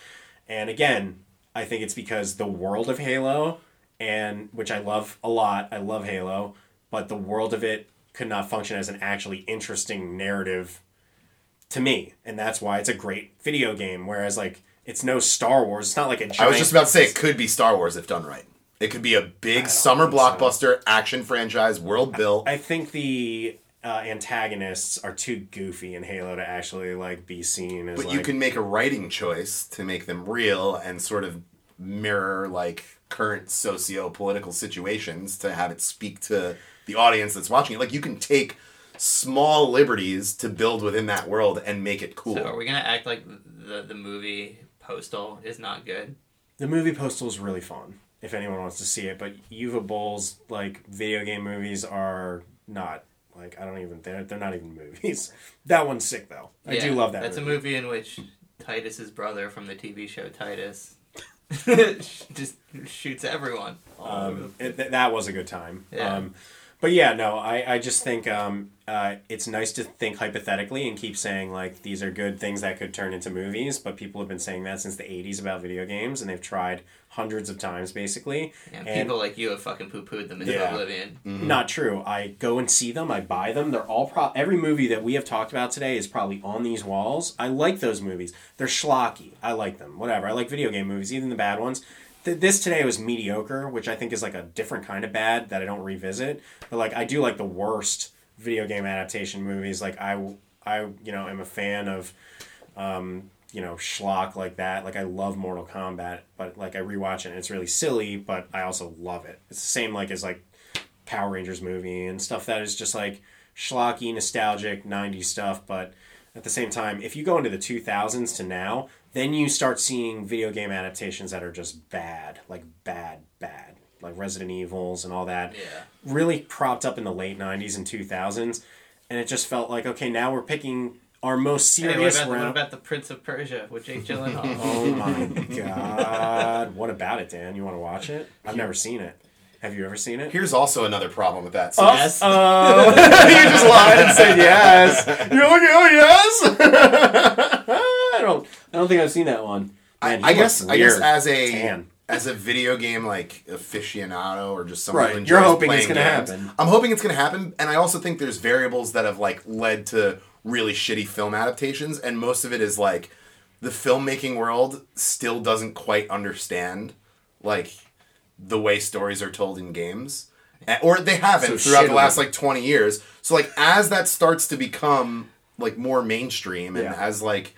And again, I think it's because the world of Halo, and which I love a lot, I love Halo, but the world of it could not function as an actually interesting narrative to me. And that's why it's a great video game. Whereas like it's no Star Wars. It's not like a giant
I was just about to say it could be Star Wars if done right. It could be a big summer blockbuster action franchise, world built.
I think the uh, antagonists are too goofy in Halo to actually like be seen as.
But
like,
you can make a writing choice to make them real and sort of mirror like current socio-political situations to have it speak to the audience that's watching it. Like you can take small liberties to build within that world and make it cool.
So are we gonna act like the the movie Postal is not good?
The movie Postal is really fun if anyone wants to see it. But Yuva Bowl's like video game movies are not like I don't even they're they're not even movies. That one's sick though. I
Yeah,
do love that.
That's
movie.
a movie in which Titus's brother from the TV show Titus just shoots everyone. all over the-
um, it, th- that was a good time.
Yeah.
Um, but yeah, no, I, I just think um, uh, it's nice to think hypothetically and keep saying, like, these are good things that could turn into movies. But people have been saying that since the 80s about video games, and they've tried hundreds of times, basically.
and,
and-
people like you have fucking poo pooed them into
Yeah.
oblivion.
Mm.
Not true. I go and see them. I buy them. They're all pro. Every movie that we have talked about today is probably on these walls. I like those movies. They're schlocky. I like them. Whatever. I like video game movies, even the bad ones. Th- this today was mediocre, which I think is like a different kind of bad that I don't revisit. But like, I do like the worst video game adaptation movies. Like I, I you know, am a fan of um, you know schlock like that. Like I love Mortal Kombat, but like I rewatch it and it's really silly, but I also love it. It's the same like as like Power Rangers movie and stuff that is just like schlocky, nostalgic '90s stuff. But at the same time, if you go into the 2000s to now, then you start seeing video game adaptations that are just bad, like bad, bad, like Resident Evils and all that
Yeah.
really propped up in the late 90s and 2000s and it just felt like okay now we're picking our most
Hey, what
serious
about, the, what
round
about the Prince of Persia with Jake Gyllenhaal?
oh my god what about it dan you want to watch it i've never seen it have you ever seen it
Here's also another problem with that. So
Yes.
oh you just lied and said yes you're like oh yes i don't i don't think i've seen that one Man, he
I, I guess
looks
I guess
weird.
as a
Tan.
as a video game like aficionado or just someone
Right,
who
you're
enjoys
hoping it's
playing
gonna
games,
happen.
I'm hoping it's gonna happen, and I also think there's variables that have like led to really shitty film adaptations, and most of it is like the filmmaking world still doesn't quite understand like the way stories are told in games. And- Or they haven't
So
throughout
shit
the
on
last
it.
like twenty years. So like as that starts to become like more mainstream and
Yeah.
as like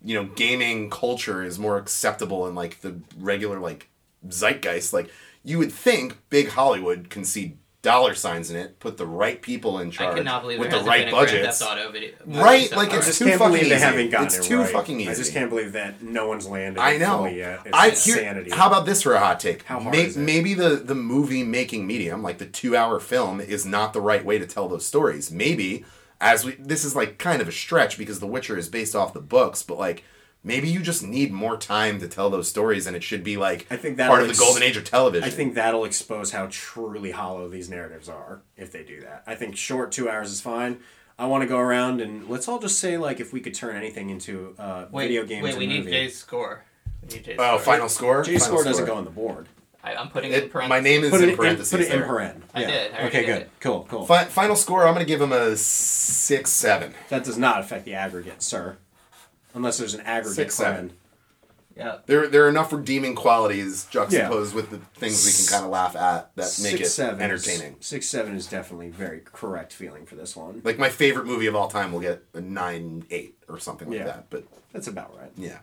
you know gaming culture is more acceptable in like the regular like zeitgeist like you would think big hollywood can see dollar signs in it put the right people in
I
charge
cannot believe
with
there hasn't
the right
been a Grand
budgets
Theft Auto video.
Right,
so
like,
far.
I just
too
can't believe
fucking
they
easy.
haven't gotten
It's
it
too
right.
fucking
I
easy.
just can't believe that no one's landed.
i
it
know
fully yet. It's
i hear
insanity.
how about this for a hot take
How hard
May-
is it?
maybe the the movie making medium like the two hour film is not the right way to tell those stories maybe as we this is like kind of a stretch because the witcher is based off the books but like maybe you just need more time to tell those stories and it should be like
I think that'll
part of the
ex-
golden age of television
I think that'll expose how truly hollow these narratives are if they do that. I think short two hours is fine. I want to go around and let's all just say like if we could turn anything into uh,
wait,
video games.
Wait,
and
we need
movie.
Jay's score. We need Jay's score.
Oh, final score.
J
Final
score doesn't go on the board.
I, I'm putting it in
It,
parentheses.
my name is
Put
in
it in,
parentheses.
put it in
there.
paren.
I did. I already
okay,
did
good.
it.
Cool, cool.
Fi- final score. I'm gonna give him a six seven.
That does not affect the aggregate, sir. Unless there's an aggregate
Six,
plan.
seven.
Yeah.
There, there are enough redeeming qualities juxtaposed with the things we can kind of laugh at that make it
seven is-
entertaining.
six seven is definitely very correct feeling for this one.
Like my favorite movie of all time will get a nine eight or something like
Yeah.
that. But
That's about right.
yeah,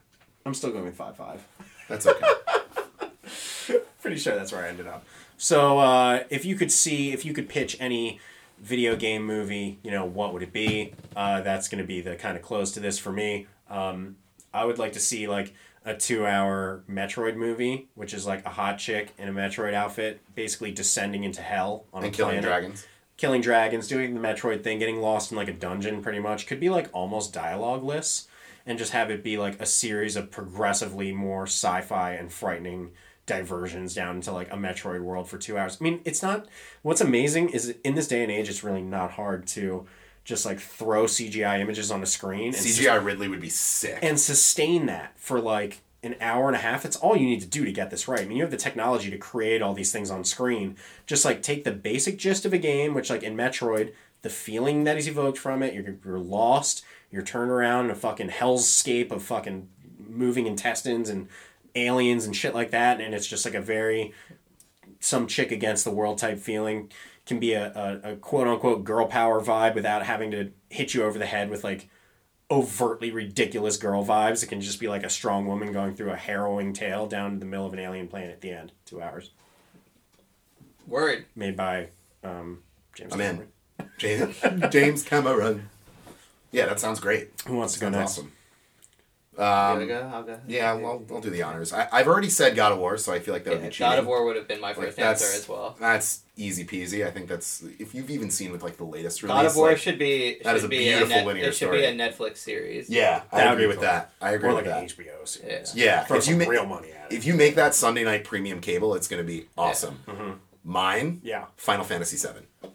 I'm still going with five five.
that's okay.
pretty sure that's where I ended up. So uh, if you could see, if you could pitch any video game movie, you know, what would it be? Uh, that's going to be the kind of close to this for me. Um, I would like to see like a two-hour Metroid movie, which is like a hot chick in a Metroid outfit, basically descending into hell on
and
a
Killing
planet
Dragons.
killing dragons, doing the Metroid thing, getting lost in like a dungeon pretty much, could be like almost dialogueless. and just have it be like a series of progressively more sci-fi and frightening diversions down into like a Metroid world for two hours. I mean, it's not. What's amazing is in this day and age, it's really not hard to just like throw CGI images on a screen and
CGI Ridley would be sick.
and sustain that for like an hour and a half that's all you need to do to get this right i mean you have the technology to create all these things on screen just like take the basic gist of a game which like in metroid the feeling that is evoked from it you're, you're lost you're turned around in a fucking hellscape of fucking moving intestines and aliens and shit like that and it's just like a very some chick against the world type feeling can be a, a, a quote unquote girl power vibe without having to hit you over the head with like overtly ridiculous girl vibes. It can just be like a strong woman going through a harrowing tale down to the middle of an alien planet at the end. Two hours.
Word.
Made by um, James
I'm in.
Cameron.
James, James Cameron. Yeah, that sounds great.
Who wants to go
Sounds
next?
awesome.
Um,
Um,
go? I'll go.
yeah, well, I'll do the honors. I, I've already said God of War, so I feel like that would
Yeah,
be cheating.
God of War would have been my
Like,
first
that's-
answer as well.
That's easy peasy. I think that's if you've even seen with like the latest release.
God of War
like-
should be. Should
that is a
be
beautiful
a net,
linear
It should
story.
be a Netflix series.
yeah, I
That would
agree
be
with
cool.
that. I agree
Or
with
like
that.
an HBO series.
Yeah.
Yeah,
Throw
if you
some
make
real money at it.
if you make that Sunday night premium cable, it's going to be awesome. Mine,
Mm-hmm. Yeah.
Final Fantasy VII.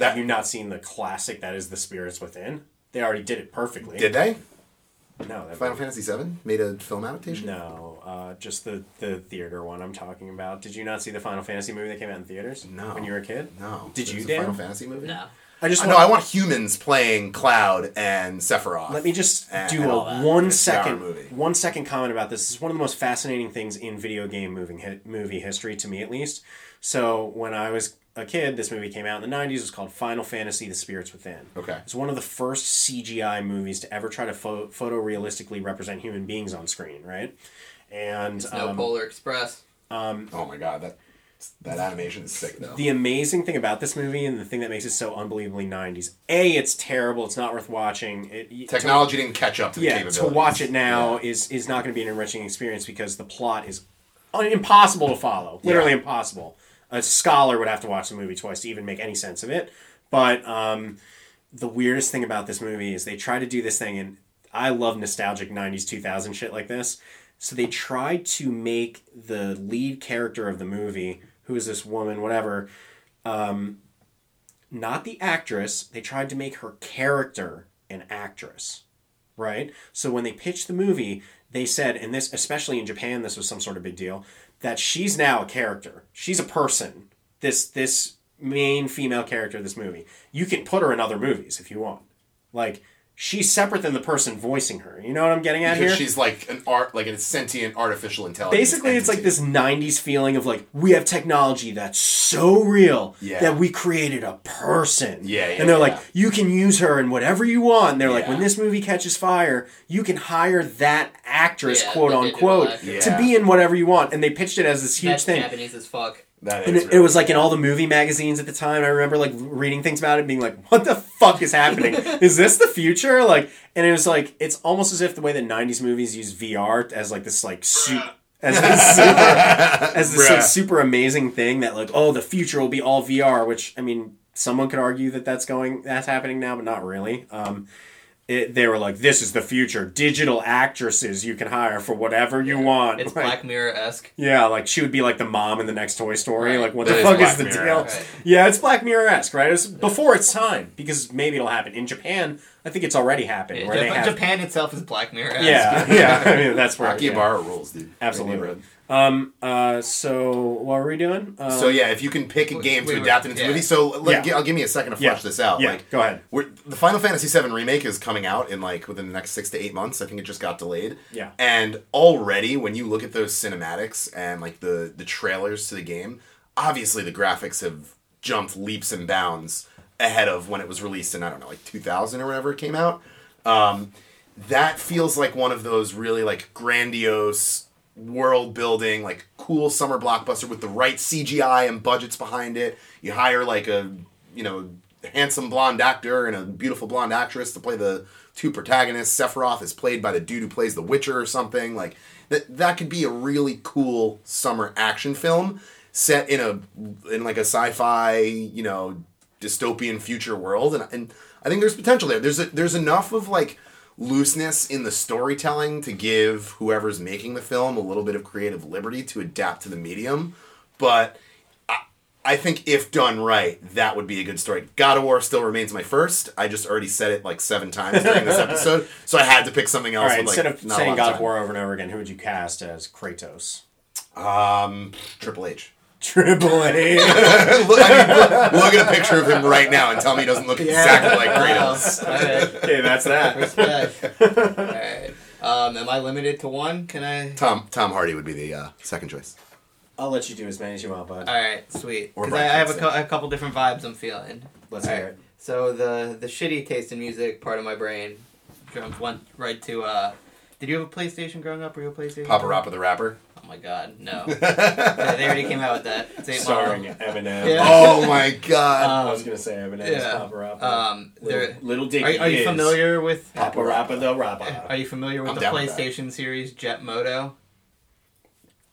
Have you not seen the classic that is The Spirits Within? They already did it perfectly.
Did they?
No, that
Final Fantasy VII made a film adaptation.
No, uh, just the, the theater one I'm talking about. Did you not see the Final Fantasy movie that came out in theaters?
No.
When you were a kid?
No.
Did
There's
you,
a
Dan?
Final Fantasy movie?
No.
I just
I know. I want humans playing Cloud and Sephiroth.
Let me just
and-
do
and all
a
that.
one
It's a two-hour
second
movie.
one second comment about this. This is one of the most fascinating things in video game moving hi- movie history to me at least. So when I was a kid, this movie came out in the '90s. It was called Final Fantasy: The Spirits Within.
Okay.
It's one of the first CGI movies to ever try to pho- photorealistically represent human beings on screen, right? And
No
um,
Polar Express.
Oh my god, that that animation is sick though.
the amazing thing about this movie and the thing that makes it so unbelievably '90s, a, it's terrible. It's not worth watching. It, y- to-
Technology didn't catch up to the
yeah,
capabilities.
to watch it now is is not going to be an enriching experience because the plot is un- impossible to follow. Literally
Yeah.
impossible. A scholar would have to watch the movie twice to even make any sense of it. But um, the weirdest thing about this movie is they try to do this thing, and I love nostalgic '90s, 2000 shit like this. So they tried to make the lead character of the movie, who is this woman, whatever, um, not the actress. They tried to make her character an actress right? So when they pitched the movie, they said, and this, especially in Japan, this was some sort of big deal, that she's now a character. She's a person. This this main female character of this movie. You can put her in other movies if you want. Like she's separate than the person voicing her. You know what I'm getting at
Because
here?
she's like an art, like a sentient artificial intelligence.
Basically, it's like
entity.
this 90s feeling of like, we have technology that's so real
Yeah.
that we created a person.
Yeah, yeah,
And they're like,
yeah.
you can use her in whatever you want. And they're like,
Yeah.
when this movie catches fire, you can hire that actress,
Yeah,
quote
they did
unquote,
that.
Yeah.
to be in whatever you want. And they pitched it as this huge
That's
thing.
Japanese as fuck.
That
And it,
is
it
really
was like in
cool.
all the movie magazines at the time. I remember like reading things about it, and being like, "What the fuck is happening? is this the future?" Like, and it was like it's almost as if the way that '90s movies use VR as like this like su- as this super as this like,
Bruh.
super amazing thing that like oh the future will be all VR, which I mean someone could argue that that's going that's happening now, but not really. Um, it, they were like, "This is the future. Digital actresses you can hire for whatever you want."
It's
Like,
Black Mirror esque.
yeah, like she would be like the mom in the next Toy Story.
Right.
Like, what
That
the
is
fuck
Black
is the
Mirror.
deal?
Right.
Yeah, it's Black Mirror esque, right? It's before its time because maybe it'll happen in Japan. I think it's already happened. where they
Jap-
have,
Japan itself is Black Mirror esque.
yeah, yeah. I mean, that's where. yeah.
Akihabara rules, dude.
Absolutely. Um. Uh. So, what are we doing? Um,
So yeah, if you can pick a
We-
game
we
to
were-
adapt it into a
yeah.
movie, so
Yeah.
like, gi- I'll give me a second to
Yeah.
flesh this out.
Yeah,
Like,
go ahead.
We're, the Final Fantasy VII remake is coming out in like within the next six to eight months. I think it just got delayed.
Yeah.
And already, when you look at those cinematics and like the the trailers to the game, obviously the graphics have jumped leaps and bounds ahead of when it was released in I don't know like 2000 or whenever it came out. Um, that feels like one of those really like grandiose world building like cool summer blockbuster with the right CGI and budgets behind it. You hire like a you know handsome blonde actor and a beautiful blonde actress to play the two protagonists. Sephiroth is played by the dude who plays The Witcher or something like that. That could be a really cool summer action film set in a in like a sci-fi you know dystopian future world and, and I think there's potential there. There's a, there's enough of like looseness in the storytelling to give whoever's making the film a little bit of creative liberty to adapt to the medium. But I think if done right, that would be a good story. God of War still remains my first. I just already said it like seven times during this episode, so I had to pick something else.
All right,
with, like,
instead of
not a
saying
lot
God of War over and over again, who would you cast as Kratos?
time. um, Triple H.
Triple H.
look, I mean, look, look at a picture of him right now and tell me he doesn't look exactly like Kratos.
Alright.
okay, that's that.
Respect.
Alright.
um, am I limited to one? Can I?
Tom Tom Hardy would be the uh, second choice.
I'll let you do as many as you want, bud.
Alright, sweet.
Or
Because I, I
Brian
have a,
Cranston.
cou-
A couple different vibes I'm feeling.
Let's
All
hear
right.
it.
So the the shitty taste in music part of my brain jumped went right to uh did you have a PlayStation growing up? Were you a PlayStation?
Papa Rappa the rapper.
Oh my god, no. Yeah, they already came out with that. It's eight
Starring
mile.
Eminem.
Yeah.
oh my God.
I was
Um,
gonna say Eminem's
yeah.
Papa Rappa.
Uh,
um
little,
there,
little Dicky
are, are you
is
familiar with
Papa Rappa the Rappa.
are you familiar with
I'm
the
down with that.
PlayStation series Jet Moto?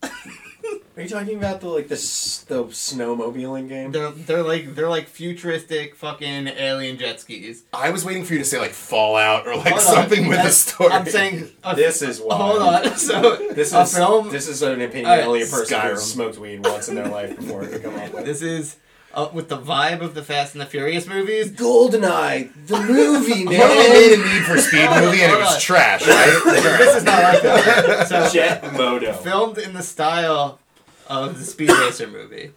Are you talking about the like the s- the snowmobiling game?
They're they're like they're like futuristic fucking alien jet skis.
I was waiting for you to say like Fallout or like
Hold on.
something with a
That's-
story.
I'm saying a-
This is why.
Hold on. So
This
a
is
film
this is an opinion
Alright,
only a person who
Skyrim.
smoked weed once in their life before it could come up with.
This is uh, with the vibe of the Fast and the Furious movies.
Goldeneye, the movie,
What if they made a Need for Speed movie and it was trash, right?
this is not like that. So
Jet Moto.
filmed in the style of the Speed Racer movie.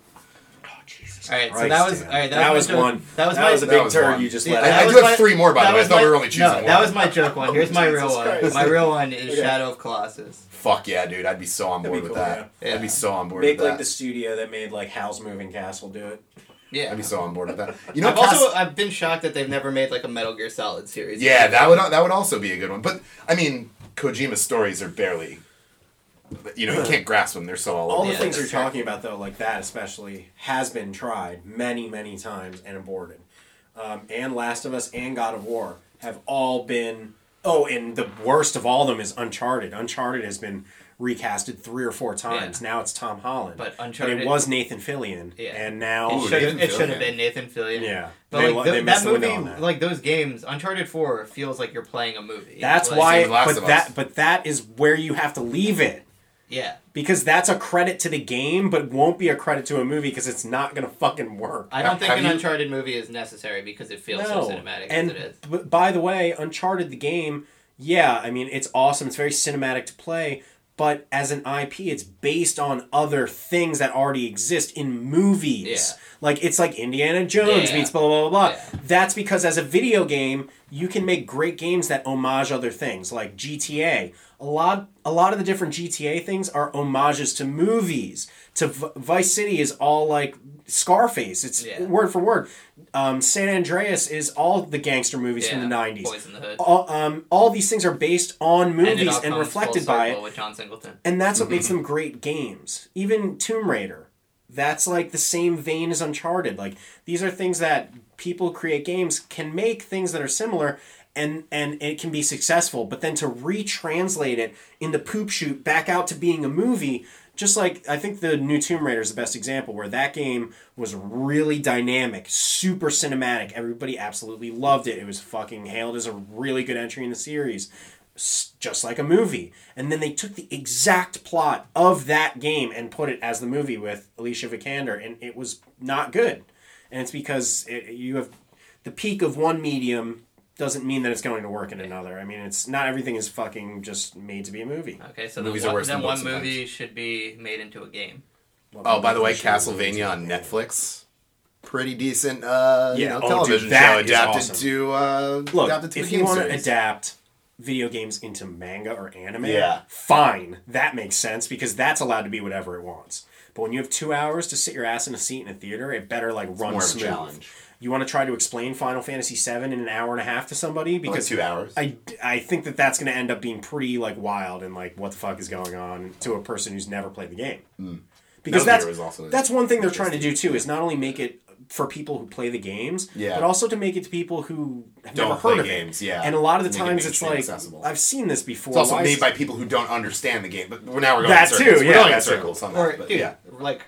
All right, so that
Oh, Christ,
was
Dan.
all right. That,
That
was,
was
my joke.
one.
That was
That
my
was a
That
big
was
turn
one.
you just
Yeah,
let
that
I, I
out.
was
do
my-
have three more, by
that
the way. I
was
thought
my-
we were only choosing
no,
one.
That was my joke one. Here's my real
Jesus
one.
Christ.
My real one is
Okay.
Shadow of Colossus.
Fuck yeah, dude! I'd be so on
That'd
board
be
with
cool,
that.
yeah.
I'd be so on board
Make
with
like the
that.
studio that made like Howl's Moving Castle do it.
Yeah.
I'd be so on board with that. You know,
I've also
Cas-
I've been shocked that they've never made like a Metal Gear Solid series.
yeah, that would that would also be a good one. But I mean, Kojima's stories are barely, you know, you can't grasp them. They're so all
All
over.
the
Yeah,
things you're
that's fair.
talking about though, like that especially, has been tried many, many times and aborted. Um, and Last of Us and God of War have all been. Oh, and the worst of all of them is Uncharted. Uncharted has been recasted three or four times. Now it's Tom Holland,
But Uncharted-
it was Nathan Fillion,
Yeah.
and now
It
Ooh,
should have
Nathan
it should
Fillion.
have been Nathan Fillion.
Oh, Yeah.
But
They lo-
like th-
they missed
that
the window
movie,
on that.
like those games, Uncharted Four feels like you're playing a movie.
that's
Like,
why.
Same with Last
But
of Us.
that, but that is where you have to leave it.
Yeah.
because that's a credit to the game, but won't be a credit to a movie because it's not gonna fucking work.
I don't
Have-
think
have
an
you-
Uncharted movie is necessary because it feels so cinematic
and
as it is.
b- by the way, Uncharted the game, yeah, I mean it's awesome. It's very cinematic to play, but as an IP, it's based on other things that already exist in movies.
Yeah.
Like it's like Indiana Jones
Yeah.
meets blah blah blah blah.
Yeah.
That's because as a video game, you can make great games that homage other things, like GTA. A lot, a lot of the different GTA things are homages to movies. To v- Vice City is all like Scarface. It's
Yeah.
word for word. Um, San Andreas is all the gangster movies from the '90s.
Boys in the Hood.
All, um, all these things are based on
it
movies
all
and,
comes
reflected
full
by
circle
it,
With John Singleton.
and that's what makes them great games. Even Tomb Raider, that's like the same vein as Uncharted. Like these are things that people who create games can make things that are similar. And, and it can be successful, but then to retranslate it in the poop shoot back out to being a movie, just like I think the new Tomb Raider is the best example, where that game was really dynamic, super cinematic. Everybody absolutely loved it. It was fucking hailed as a really good entry in the series s- just like a movie. And then they took the exact plot of that game and put it as the movie with Alicia Vikander, and it was not good. And it's because it, you have the peak of one medium doesn't mean that it's going to work in another. I mean, it's not everything is fucking just made to be a movie.
Okay, so then
Movies are
one,
worse than
then one
books
movie should be made into a game.
Oh, by the way, Castlevania on Netflix. Pretty decent, uh, you
Yeah,
know,
oh, dude,
television
that
show
is
adapted
awesome.
to uh, adapted
Look,
to a
if
game
you want to
series.
adapt video games into manga or anime,
Yeah.
fine. That makes sense because that's allowed to be whatever it wants. But when you have two hours to sit your ass in a seat in a theater, it better like run
more of a
smooth.
challenge.
You want to try to explain Final Fantasy VII in an hour and a half to somebody
like
because
two hours.
I, I think that that's going to end up being pretty like wild and like what the fuck is going on to a person who's never played the game. Because
Hmm. Metal
that's
Gear was also-
that's one thing they're trying to do too is not only make it for people who play the games,
Yeah.
but also to make it to people who have
Don't
never
play
heard of
games,
it.
yeah.
And a lot of the
Make it
times it's
mainstream
like
accessible.
I've seen this before.
It's also
why
made
is-
by people who don't understand the game, but we're now we're going
That
in circles.
too,
we're
yeah,
going in
that too.
circles on
Or
that, but
dude,
yeah.
like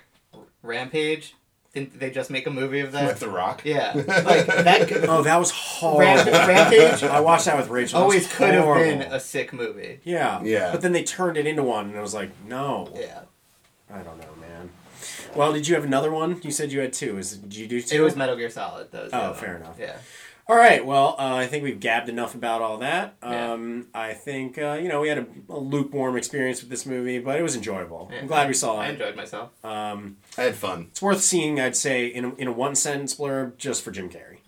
Rampage Didn't they just make a movie of that?
with The Rock.
yeah, like that. Could,
Oh, that was horrible.
Ramp- Rampage
I watched that with Rachel. That
always
was
could have
horrible.
been a sick movie.
Yeah.
Yeah.
But then they turned it into one, and I was like, no.
Yeah,
I don't know, man. Well, did you have another one? You said you had two. Is did you do two?
it was Metal Gear Solid. Those.
Oh, fair enough.
Yeah.
All right. Well, uh, I think we've gabbed enough about all that.
Yeah.
Um, I think uh, you know we had a, a lukewarm experience with this movie, but it was enjoyable.
Yeah.
I'm glad we saw
I
it.
enjoyed myself.
Um,
I had fun.
it's worth seeing, I'd say, in a, in a one sentence blurb just for Jim Carrey.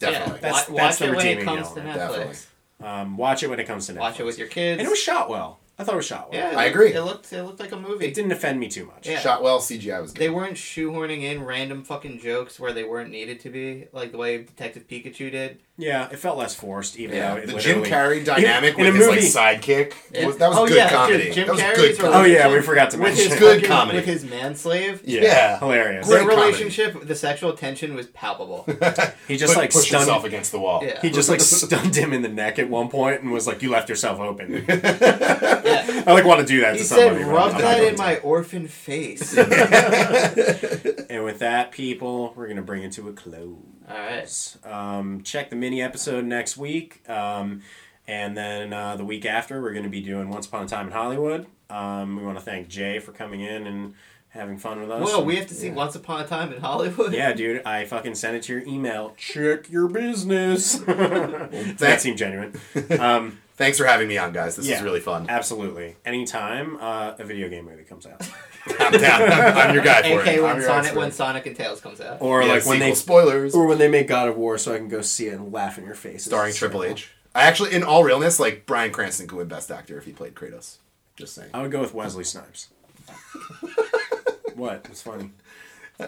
Definitely.
Yeah,
That's-
wa- watch
that's the
it when it
redeeming
comes to Netflix.
element, Um, watch it when it comes to Netflix.
Watch it with your kids.
And it was shot well. I thought it was shot well.
Yeah,
I
it-
agree.
It looked it looked like a movie.
It didn't offend me too much.
Yeah.
Shot well. CGI was good.
They weren't shoehorning in random fucking jokes where they weren't needed to be, like the way Detective Pikachu did.
Yeah, it felt less forced, even
yeah,
though it
the Jim
literally...
Carrey dynamic
in a
with his like
movie-
sidekick
Yeah.
was, that was
Oh,
good
yeah, dude,
comedy.
Jim
that was
Carrey's
good
a-
Oh
comedy.
yeah, we forgot to
With
mention.
his
it.
good
fucking-
comedy.
With his manslave.
yeah.
Yeah.
hilarious.
Great
Their
comedy.
relationship, the sexual tension was palpable.
He just
But
like
pushed
stunned.
himself against the wall.
Yeah.
He just like stunned him in the neck at one point and was like, "You left yourself open."
Yeah.
I like want to do that
he
to
said,
somebody. but I'm
rub
not
that
going
in
to."
my orphan face.
And with that, people, we're gonna bring it to a close.
All right.
Um, check the mini episode next week, um, and then uh, the week after, we're gonna be doing Once Upon a Time in Hollywood. Um, we want to thank Jay for coming in and having fun with us.
Whoa, we have to see Once Upon a Time in Hollywood.
Yeah, dude, I fucking sent it to your email. Check your business. that seemed genuine. Um,
Thanks for having me on, guys. This
Yeah.
is really fun.
absolutely. Anytime uh, a video game movie comes out,
I'm down. I'm your guy for
AK
it. I'm
when
your
Sonic,
expert.
when Sonic and Tails comes out.
or
Yeah,
like when
sequel
they
spoilers
or when they make God of War, so I can go see it and laugh in your face.
starring Triple E. H. I actually, in all realness, like Brian Cranston could win Best Actor if he played Kratos. Just saying.
I would go with Wesley Snipes. what? It's funny.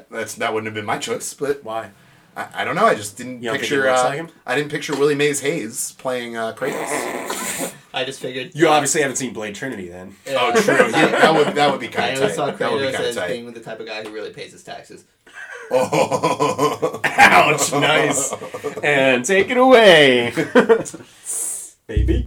That's that wouldn't have been my choice, but
Why?
I, I don't know. I just didn't
You don't think he
picture.
looks
uh,
like him?
I didn't picture Willie Mays Hayes playing uh, Kratos.
I just figured.
You obviously haven't seen Blade Trinity, then.
oh, true. He- that would that would be
I
kind of
always
tight.
saw
that would be
Kratos
kind of
as
tight.
being the type of guy who really pays his taxes.
Oh.
Ouch! Nice. and take it away, baby.